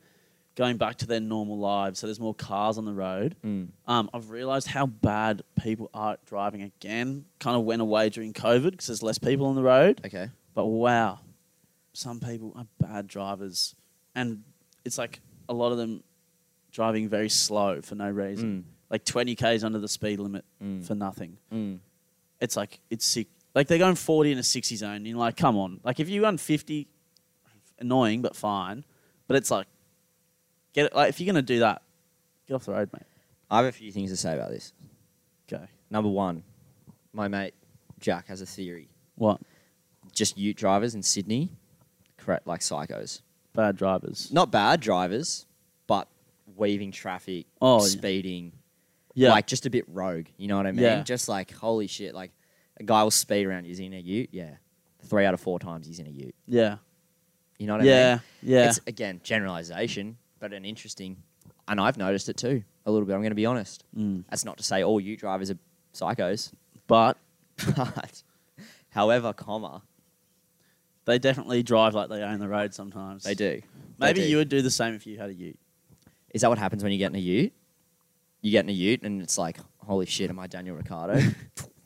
C: going back to their normal lives. So there's more cars on the road.
B: Mm,
C: Um, I've realised how bad people are at driving again. Kind of went away during COVID because there's less people on the road.
B: okay.
C: But wow, some people are bad drivers, and it's like a lot of them driving very slow for no reason,
B: Mm.
C: like 20 k's under the speed limit
B: Mm.
C: for nothing
B: Mm.
C: it's like it's sick. Like they're going forty in a sixty zone. And you're like, come on. Like if you run fifty, annoying but fine. But it's like, get it. Like if you're gonna do that, get off the road, mate.
B: I have a few things to say about this.
C: Go.
B: Number one, my mate Jack has a theory.
C: What
B: Just Ute drivers in Sydney, correct? Like psychos.
C: bad drivers?
B: Not bad drivers, but weaving traffic,
C: Oh, yeah.
B: speeding,
C: Yeah.
B: like just a bit rogue. You know what I mean?
C: Yeah.
B: Just like holy shit, like a guy will speed around using a Ute. Yeah, three out of four times he's in a Ute.
C: yeah.
B: You know what I
C: Yeah.
B: mean?
C: Yeah.
B: It's again generalization, but an interesting, and I've noticed it too a little bit. I'm going to be honest.
C: Mm.
B: That's not to say all Ute drivers are psychos,
C: But
B: but however, comma
C: they definitely drive like they own the road sometimes.
B: they do. They
C: Maybe
B: do.
C: you would do the same if you had a Ute.
B: Is that what happens when you get in a Ute? You get in a Ute, and it's like, holy shit, am I Daniel Ricciardo?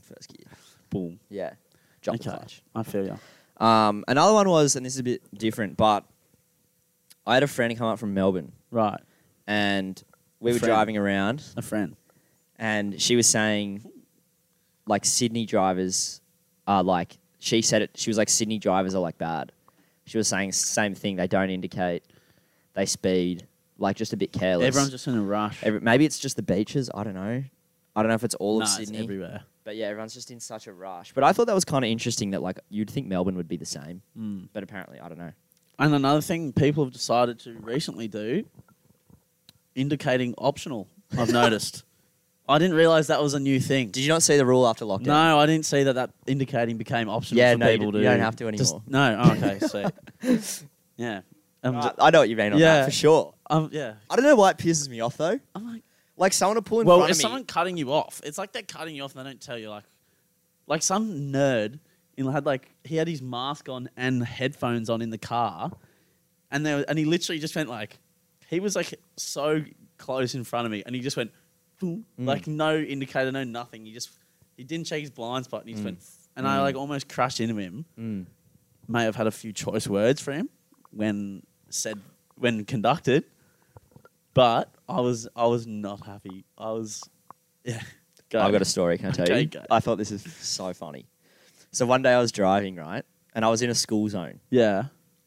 B: First gear.
C: Boom.
B: Yeah. Drop the
C: Okay.
B: clutch.
C: I feel you.
B: Um, another one was, and this is a bit different, but I had a friend come up from Melbourne
C: Right.
B: and we were
C: Friend.
B: driving around
C: A friend.
B: and she was saying like Sydney drivers are like, she said it, she was like, Sydney drivers are like bad. She was saying same thing. They don't indicate. They speed, like just a bit careless.
C: Everyone's just in a rush.
B: Every, maybe it's just the beaches. I don't know. I don't know if it's all
C: Nah,
B: of
C: it's
B: Sydney.
C: everywhere.
B: But yeah, everyone's just in such a rush. But I thought that was kind of interesting that like you'd think Melbourne would be the same,
C: Mm.
B: but apparently I don't know.
C: And another thing people have decided to recently do, indicating optional. I've noticed. I didn't realize that was a new thing.
B: Did you not see the rule after lockdown?
C: No, I didn't see that that indicating became optional
B: Yeah,
C: for
B: no, you
C: people
B: d-
C: to.
B: you don't have to
C: Just-
B: anymore.
C: no, oh, okay, so yeah, um,
B: I, Uh, I know what you mean on
C: Yeah.
B: that for sure.
C: um, yeah.
B: I don't know why it pisses me off though.
C: I'm like,
B: Like someone will pull in
C: well,
B: front
C: if
B: of me.
C: someone cutting you off, it's like they're cutting you off and they don't tell you. Like, like some nerd in had like he had his mask on and headphones on in the car, and there and he literally just went like, he was like so close in front of me, and he just went, boom,
B: Mm.
C: like no indicator, no nothing. He just he didn't check his blind spot, and he just
B: Mm.
C: went, and I like almost crashed into him.
B: Mm.
C: May have had a few choice words for him when said when conducted, but I was I was not happy. I was yeah.
B: I've got a story. Can I tell
C: Okay,
B: you?
C: go.
B: I thought this is so funny. So one day I was driving, right? And I was in a school zone.
C: Yeah.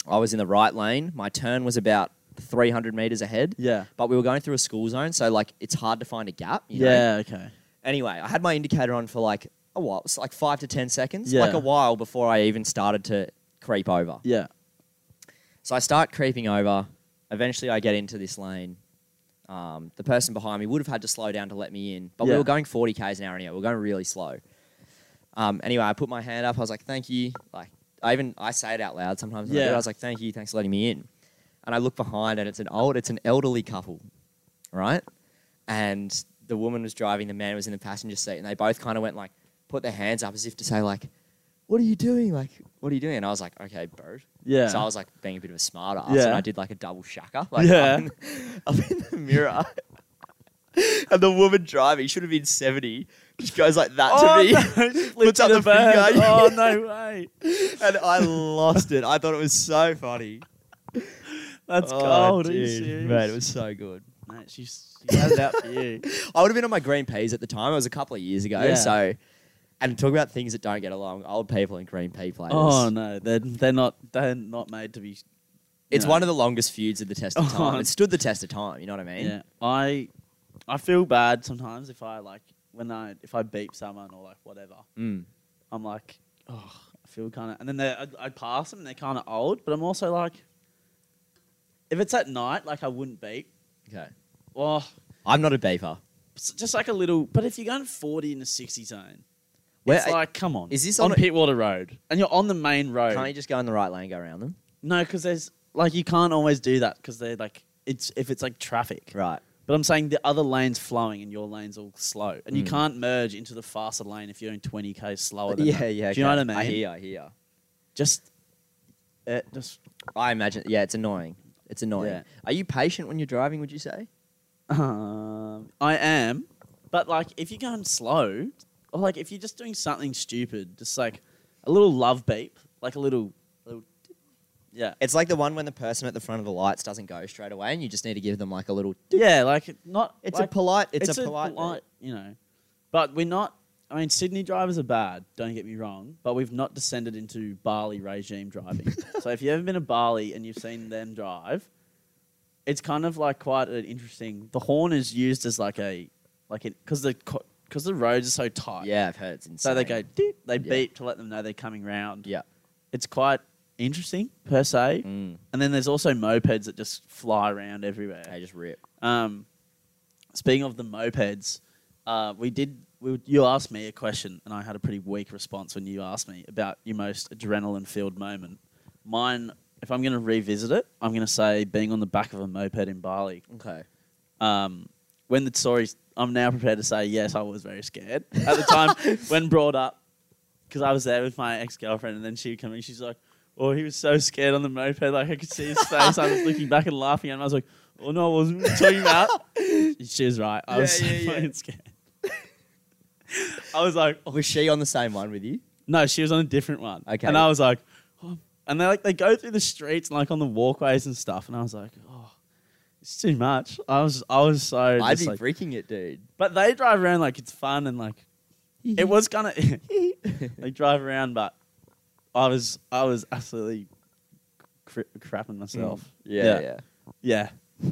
B: I was in the right lane. My turn was about 300 meters ahead.
C: Yeah.
B: But we were going through a school zone, so like it's hard to find a gap. You Know?
C: Yeah. Okay.
B: Anyway, I had my indicator on for like a while. It was like five to 10 seconds,
C: Yeah.
B: like a while before I even started to creep over.
C: Yeah.
B: So I start creeping over. Eventually, I get into this lane. Um, the person behind me would have had to slow down to let me in, but we
C: Yeah.
B: were going 40 k's an hour anyway. We were going really slow. Um, anyway, I put my hand up. I was like, "Thank you." Like, I even I say it out loud sometimes. when I do it.
C: Yeah.
B: I was like, "Thank you. Thanks for letting me in." And I look behind, and it's an old, it's an elderly couple, right? And the woman was driving. The man was in the passenger seat, and they both kind of went like, put their hands up as if to say like, "What are you doing? Like, what are you doing?" And I was like, "Okay, bro."
C: Yeah.
B: So I was like being a bit of a smart ass and
C: Yeah.
B: I did like a double shaka. Like
C: Yeah.
B: up, in, up in the mirror. and the woman driving should have been 70. Just goes like that Uh, to me. Puts up the finger.
C: Oh no way.
B: and I lost it. I thought it was so funny.
C: That's
B: Oh,
C: gold. Are you
B: dude.
C: serious?
B: Mate, it was so good.
C: Mate, she's she had it out for you.
B: I would have been on my green peas at the time. It was a couple of years ago.
C: Yeah.
B: So, and talk about things that don't get along. Old people and green pea players.
C: Oh no, they're they're not they're not made to be. you
B: it's
C: know.
B: one of the longest feuds of the test of
C: Oh.
B: time. It stood the test of time. You know what I mean?
C: Yeah, I I feel bad sometimes if I like when I if I beep someone or like whatever.
B: Mm.
C: I'm like, oh, I feel kind of, and then they I, I pass them and they're kind of old, but I'm also like, if it's at night, like I wouldn't beep.
B: Okay.
C: Well,
B: I'm not a beeper.
C: it's just like a little, but if you're going 40 in a 60 zone,
B: Where-
C: it's like, come on,
B: is this
C: on,
B: on a-
C: Pittwater Road? And you're on the main road.
B: Can't you just go in the right lane, and go around them?
C: No, because there's like you can't always do that because they're like it's if it's like traffic.
B: Right.
C: But I'm saying the other lane's flowing and your lane's all slow, and you
B: Mm.
C: can't merge into the faster lane if you're in 20k slower. Than
B: Yeah,
C: that.
B: yeah.
C: Do you know what
B: okay.
C: I mean?
B: I hear, I hear.
C: Just, it just.
B: I imagine. Yeah, it's annoying. It's annoying.
C: Yeah.
B: Are you patient when you're driving? Would you say?
C: Um, I am, but like if you're going slow, or like if you're just doing something stupid, just like a little love beep, like a little, little yeah,
B: It's like the one when the person at the front of the lights doesn't go straight away, and you just need to give them like a little.
C: yeah, like not.
B: It's
C: like,
B: a polite. It's, a polite.
C: you know. But we're not. I mean, Sydney drivers are bad. Don't get me wrong, but we've not descended into Bali regime driving. so if you've ever been to Bali and you've seen them drive, it's kind of like quite an interesting. The horn is used as like a like it because the because the roads are so tight.
B: Oh, Yeah, I've heard it's insane.
C: So they go. Doot, they
B: Yeah.
C: beep to let them know they're coming round.
B: Yeah.
C: It's quite interesting per se.
B: Mm.
C: And then there's also mopeds that just fly around everywhere.
B: They just rip.
C: Um, speaking of the mopeds, uh, we did. We, you asked me a question, and I had a pretty weak response when you asked me about your most adrenaline-filled moment. Mine, if I'm going to revisit it, I'm going to say being on the back of a moped in Bali.
B: Okay.
C: Um, when the story, I'm now prepared to say yes, I was very scared at the time when brought up because I was there with my ex-girlfriend, and then she would come in. She's like, "Oh, he was so scared on the moped, like I could see his face." I was looking back and laughing, and I was like, "Oh no, I wasn't What are you talking about." she was right. I
B: Yeah,
C: was so
B: yeah, yeah.
C: fucking scared. I was like,
B: Was she on the same one with you?
C: no, she was on a different one.
B: Okay.
C: And I was like, oh. and they like they go through the streets and like on the walkways and stuff, and I was like, oh, it's too much. I was I was so.
B: I'd
C: just
B: be
C: like-
B: freaking it, dude.
C: but they drive around like it's fun and like it was kind of they drive around, but I was I was absolutely cri- crapping myself.
B: Yeah, yeah.
C: yeah, yeah,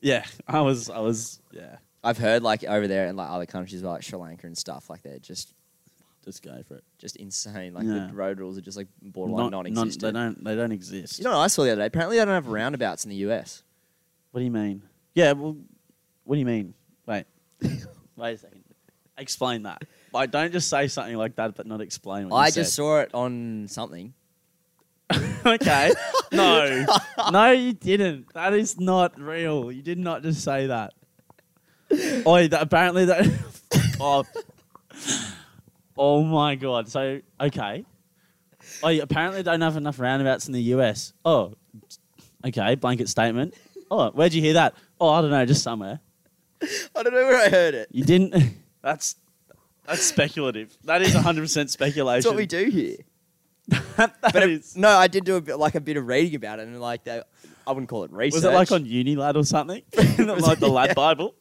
C: Yeah, I was I was yeah.
B: I've heard like over there in like other countries, like Sri Lanka and stuff, like they're just
C: Just go for it.
B: just insane. Like
C: Yeah.
B: the road rules are just like
C: Not-
B: borderline non
C: non-
B: existent.
C: They don't they don't exist.
B: You know what I saw the other day? Apparently, they don't have roundabouts in the US.
C: What do you mean? Yeah, well, what do you mean? Wait. Wait a second. Explain that. Like, don't just say something like that, but not explain what you
B: I just
C: said.
B: saw it on something.
C: okay. No. No, you didn't. That is not real. You did not just say that. Oh, that, apparently that. oh. oh my god. So, okay. Oh, yeah, apparently don't have enough roundabouts in the US. Oh, okay. Blanket statement. Oh, where'd you hear that? Oh, I don't know, just somewhere.
B: I don't know where I heard it.
C: You didn't. That's that's speculative. That is 100 percent speculation.
B: That's what we do here.
C: That- that
B: But it-
C: is-
B: no, I did do a bit, like a bit of reading about it, and like they, I wouldn't call it research.
C: Was it like on Unilad or something? like the Lad Bible.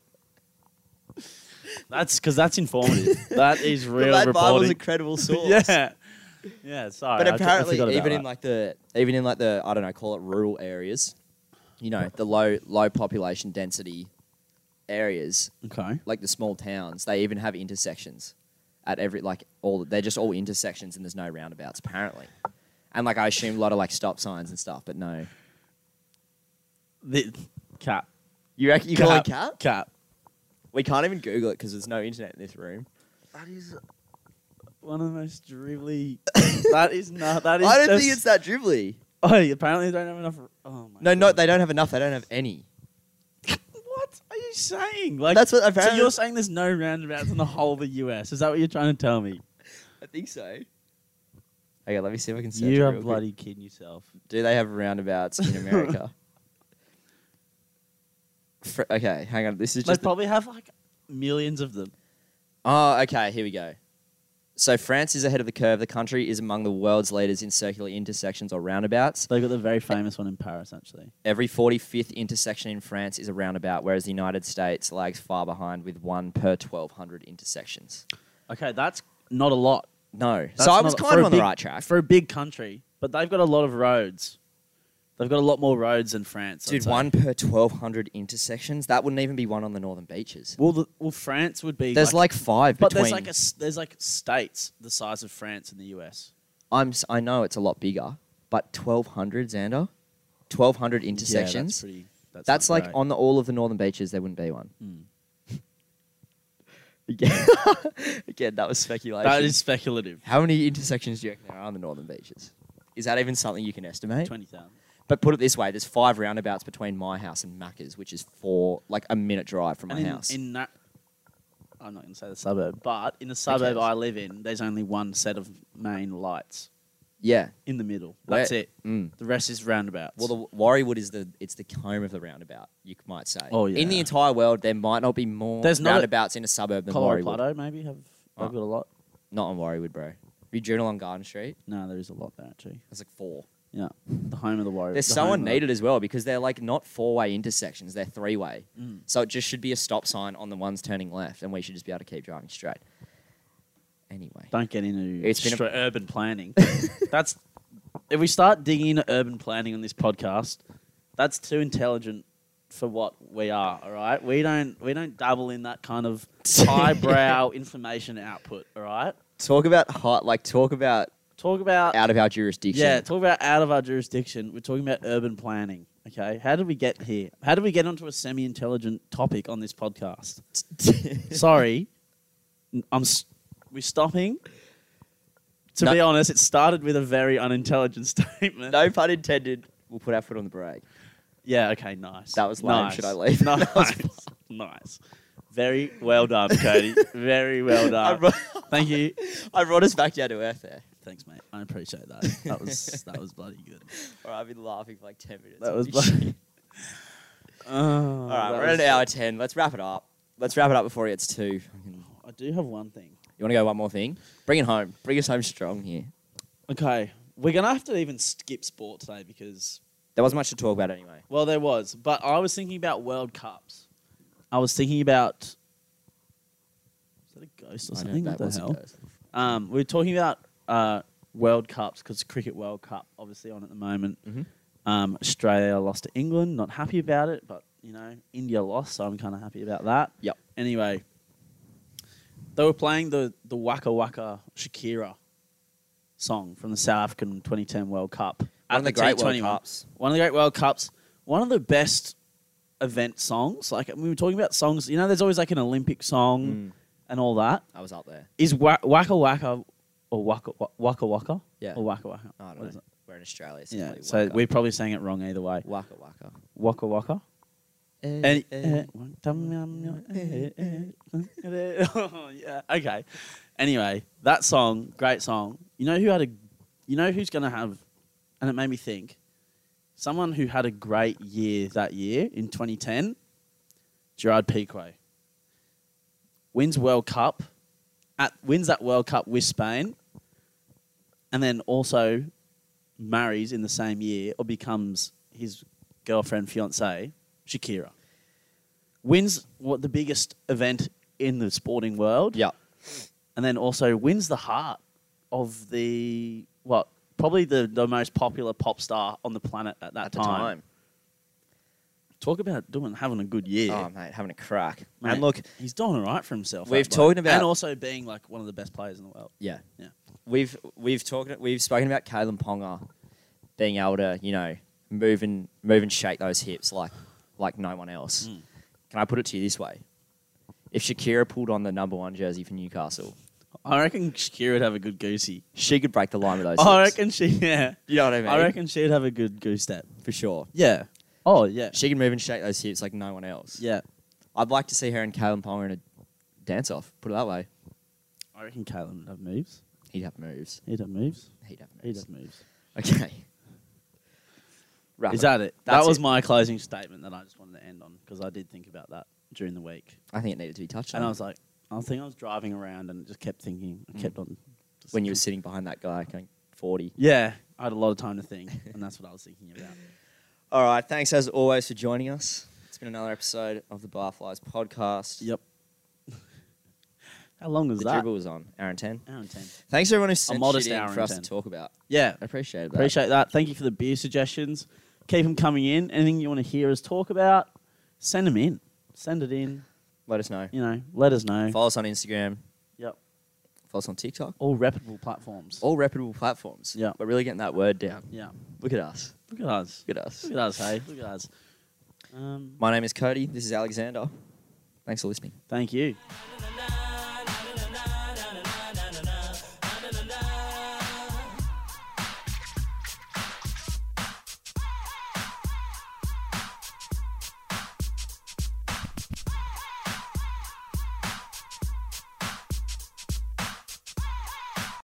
C: That's because that's informative. that is
B: the
C: real
B: Lad Bible's
C: reporting.
B: a credible source?
C: yeah, Yeah, sorry.
B: but
C: I t- I
B: apparently,
C: forgot about
B: even in
C: that.
B: like the even in like the I don't know, call it rural areas, you know, the low low population density areas,
C: okay,
B: like the small towns, they even have intersections at every like all. They're just all intersections, and there's no roundabouts apparently. And like I assume a lot of like stop signs and stuff, but no.
C: the cap.
B: You reckon you call it cap?
C: Cap.
B: We can't even Google it because there's no internet in this room.
C: That is one of the most dribbly. that is not. That is.
B: I don't
C: just,
B: think it's that dribbly.
C: Oh, you apparently don't have enough. Oh my.
B: No,
C: God.
B: no, they don't have enough. They don't have any.
C: What are you saying? Like
B: That's what
C: So
B: apparently.
C: you're saying there's no roundabouts in the whole of the U.S. Is that what you're trying to tell me?
B: I think so. Okay, let me see if I can. search it
C: You are
B: real quick.
C: bloody kidding yourself.
B: Do they have roundabouts in America? Fr- okay, hang on. This is
C: They
B: just.
C: probably have like millions of them.
B: oh, okay. Here we go. So France is ahead of the curve. The country is among the world's leaders in circular intersections or roundabouts.
C: They got the very famous one in Paris, actually.
B: Every 45th intersection in France is a roundabout, whereas the United States lags far behind with one per 1,200 intersections.
C: Okay, that's not a lot.
B: No.
C: That's
B: so I was
C: not-
B: kind
C: for a
B: of on the
C: big-
B: right track.
C: for a big country, but they've got a lot of roads. They've got a lot more roads than France. I'd
B: Dude,
C: say.
B: one per 1,200 intersections? That wouldn't even be one on the northern beaches.
C: Well, the, well, France would be.
B: There's
C: like,
B: like, five
C: but
B: between.
C: there's like a s- there's like states the size of France and the US.
B: I'm s- I know it's a lot bigger, but 1200 Xander, 1200
C: Yeah, that's
B: intersections.
C: pretty. That's,
B: that's Hmm.
C: not
B: like
C: great.
B: on the all of the northern beaches there wouldn't be one.
C: Mm.
B: Again, again, that was speculation.
C: That is speculative.
B: How many intersections do you reckon there are on the northern beaches? Is that even something you can estimate?
C: Twenty thousand.
B: But put it this way, there's five roundabouts between my house and Macca's, which is four like a minute drive from my
C: And in,
B: house.
C: in that, I'm not going to say the suburb, but in the suburb
B: cares?
C: I live in, there's only one set of main lights
B: yeah.
C: in the middle.
B: Where-
C: That's it.
B: Mm.
C: The rest is roundabouts.
B: Well, the Warriewood is the it's the home of the roundabout. You c- might say.
C: Oh,
B: In the
C: yeah.
B: entire world, there might not be more
C: There's not a-
B: roundabouts in a suburb than
C: Colorado
B: Warriewood.
C: Plateau maybe have they've
B: Oh.
C: got a lot.
B: Not on Warriewood, bro. Have you driven along Garden Street?
C: No, there is a lot there actually.
B: There's like four.
C: Yeah, the home of the Warriors.
B: There's
C: the
B: someone
C: home of-
B: needed as well because they're like not four way intersections, they're three way.
C: Mm.
B: So it just should be a stop sign on the ones turning left, and we should just be able to keep driving straight. Anyway.
C: Don't get into
B: It's been a-
C: stra- urban planning. that's if we start digging into urban planning on this podcast, that's too intelligent for what we are. All right, we don't we don't dabble in that kind of highbrow information output. All right,
B: Talk about hot, like talk about
C: talk about
B: out of our jurisdiction.
C: yeah, talk about out of our jurisdiction. We're talking about urban planning. Okay, how did we get here? How did we get onto a semi-intelligent topic on this podcast? Sorry, N- I'm. s we're stopping. To
B: No.
C: be honest, it started with a very unintelligent statement.
B: no pun intended. We'll put our foot on the brake.
C: Yeah. Okay. Nice.
B: That was lame.
C: Nice.
B: Should I leave? That was
C: Nice. nice. Very well done, Cody. very well
B: I,
C: done.
B: brought,
C: Thank you.
B: I brought us back down to earth there.
C: Thanks, mate. I appreciate that. That was that was bloody good.
B: Or I've been laughing for like 10 minutes.
C: That was
B: Holy
C: bloody.
B: shit. All
C: Oh,
B: right, we're at an hour 10. Let's wrap it up. Let's wrap it up before it gets too. fucking-
C: I do have one thing.
B: You want to go one more thing? Bring it home. Bring us home strong here.
C: Okay, we're gonna have to even skip sport today because
B: There wasn't much to talk about anyway.
C: Well, there was, but I was thinking about World Cups. I was thinking about. Is that a ghost or
B: I
C: something?
B: know
C: What
B: that
C: the
B: was a
C: hell?
B: ghost.
C: Um, we were talking about uh, World Cups because Cricket World Cup obviously on at the moment.
B: Mhm.
C: Um, Australia lost to England. Not happy about it, but you know India lost, so I'm kind of happy about that.
B: Yep.
C: Anyway, they were playing the the Waka Waka Shakira song from the South African 2010 World Cup.
B: One of the great World
C: Cups
B: Cups.
C: one of the great World Cups, one of the best event songs. Like we were talking about songs, you know, there's always like an Olympic song
B: Mm,
C: and all that.
B: I was up there.
C: Is Wa- Waka Waka or Waka Wa- Waka Waka?
B: Yeah.
C: Or Waka Waka?
B: Oh, I don't
C: What
B: know.
C: is it?
B: We're in Australia. So
C: Yeah.
B: probably
C: So
B: waka.
C: we're probably saying it wrong either way.
B: waka waka.
C: Waka Waka.
B: Eh,
C: And
B: eh.
C: mm, Oh, yeah. Okay. Anyway, that song, great song. You know who had a, you know who's gonna have, and it made me think, someone who had a great year that year in 2010, Gerard Piqué. Wins World Cup, at wins that World Cup with Spain, and then also marries in the same year or becomes his girlfriend, fiance, Shakira. Wins what the biggest event in the sporting world,
B: Yeah.
C: and then also wins the heart of the what? Probably the, the most popular pop star on the planet at that
B: at the time.
C: Talk about doing having a good year.
B: Oh mate, having a crack.
C: Mate,
B: and look,
C: he's doing all right for himself.
B: We've
C: that bloke.
B: talked about-
C: and also being like one of the best players in the world.
B: yeah,
C: Yeah.
B: we've we've talked we've spoken about Kalen Ponga being able to you know move and move and shake those hips like like no one else.
C: Mm.
B: Can I put it to you this way? If Shakira pulled on the number one jersey for Newcastle,
C: I reckon Shakira would have a good goosey.
B: she could break the line with those.
C: I
B: hips.
C: reckon she. Yeah.
B: You know what I mean?
C: I reckon she'd have a good goose step.
B: for sure.
C: Yeah. Oh yeah.
B: She can move and shake those hips like no one else.
C: Yeah.
B: I'd like to see her and Kalen Ponga in a dance off. Put it that way,
C: I reckon Caitlin would have moves.
B: he'd have moves.
C: He'd have moves.
B: He'd have
C: He'd
B: moves.
C: have moves.
B: Okay. Wrap
C: Is
B: it up.
C: that it?
B: That's
C: that was
B: it.
C: my closing statement that I just wanted to end on because I did think about that during the week,
B: I think it needed to be touched on.
C: and I was like, I think I was driving around and just kept thinking, I kept on. just
B: Mm. when you were
C: thinking.
B: sitting behind that guy going 40.
C: Yeah, I had a lot of time to think, and that's what I was thinking about.
B: All right. Thanks as always for joining us. It's been another episode of the Barflies podcast.
C: Yep. How long was
B: The
C: that?
B: dribble was on. Hour and 10.
C: Hour and ten.
B: Thanks everyone who sent
C: modest
B: shit in
C: hour and
B: for us
C: 10.
B: to talk about.
C: Yeah,
B: I appreciate that.
C: appreciate that. Thank you for the beer suggestions. Keep them coming in. Anything you want to hear us talk about, send them in. Send it in.
B: Let us know.
C: You know, let us know.
B: Follow us on Instagram.
C: Yep.
B: Follow us on TikTok.
C: All reputable platforms.
B: All reputable platforms.
C: Yeah.
B: We're really getting that word down.
C: yeah.
B: Look at us.
C: Look at us.
B: Look at us.
C: Look at us, hey. Look at us. Um,
B: My name is Cody. This is Alexander. Thanks for listening.
C: thank you.
D: Thank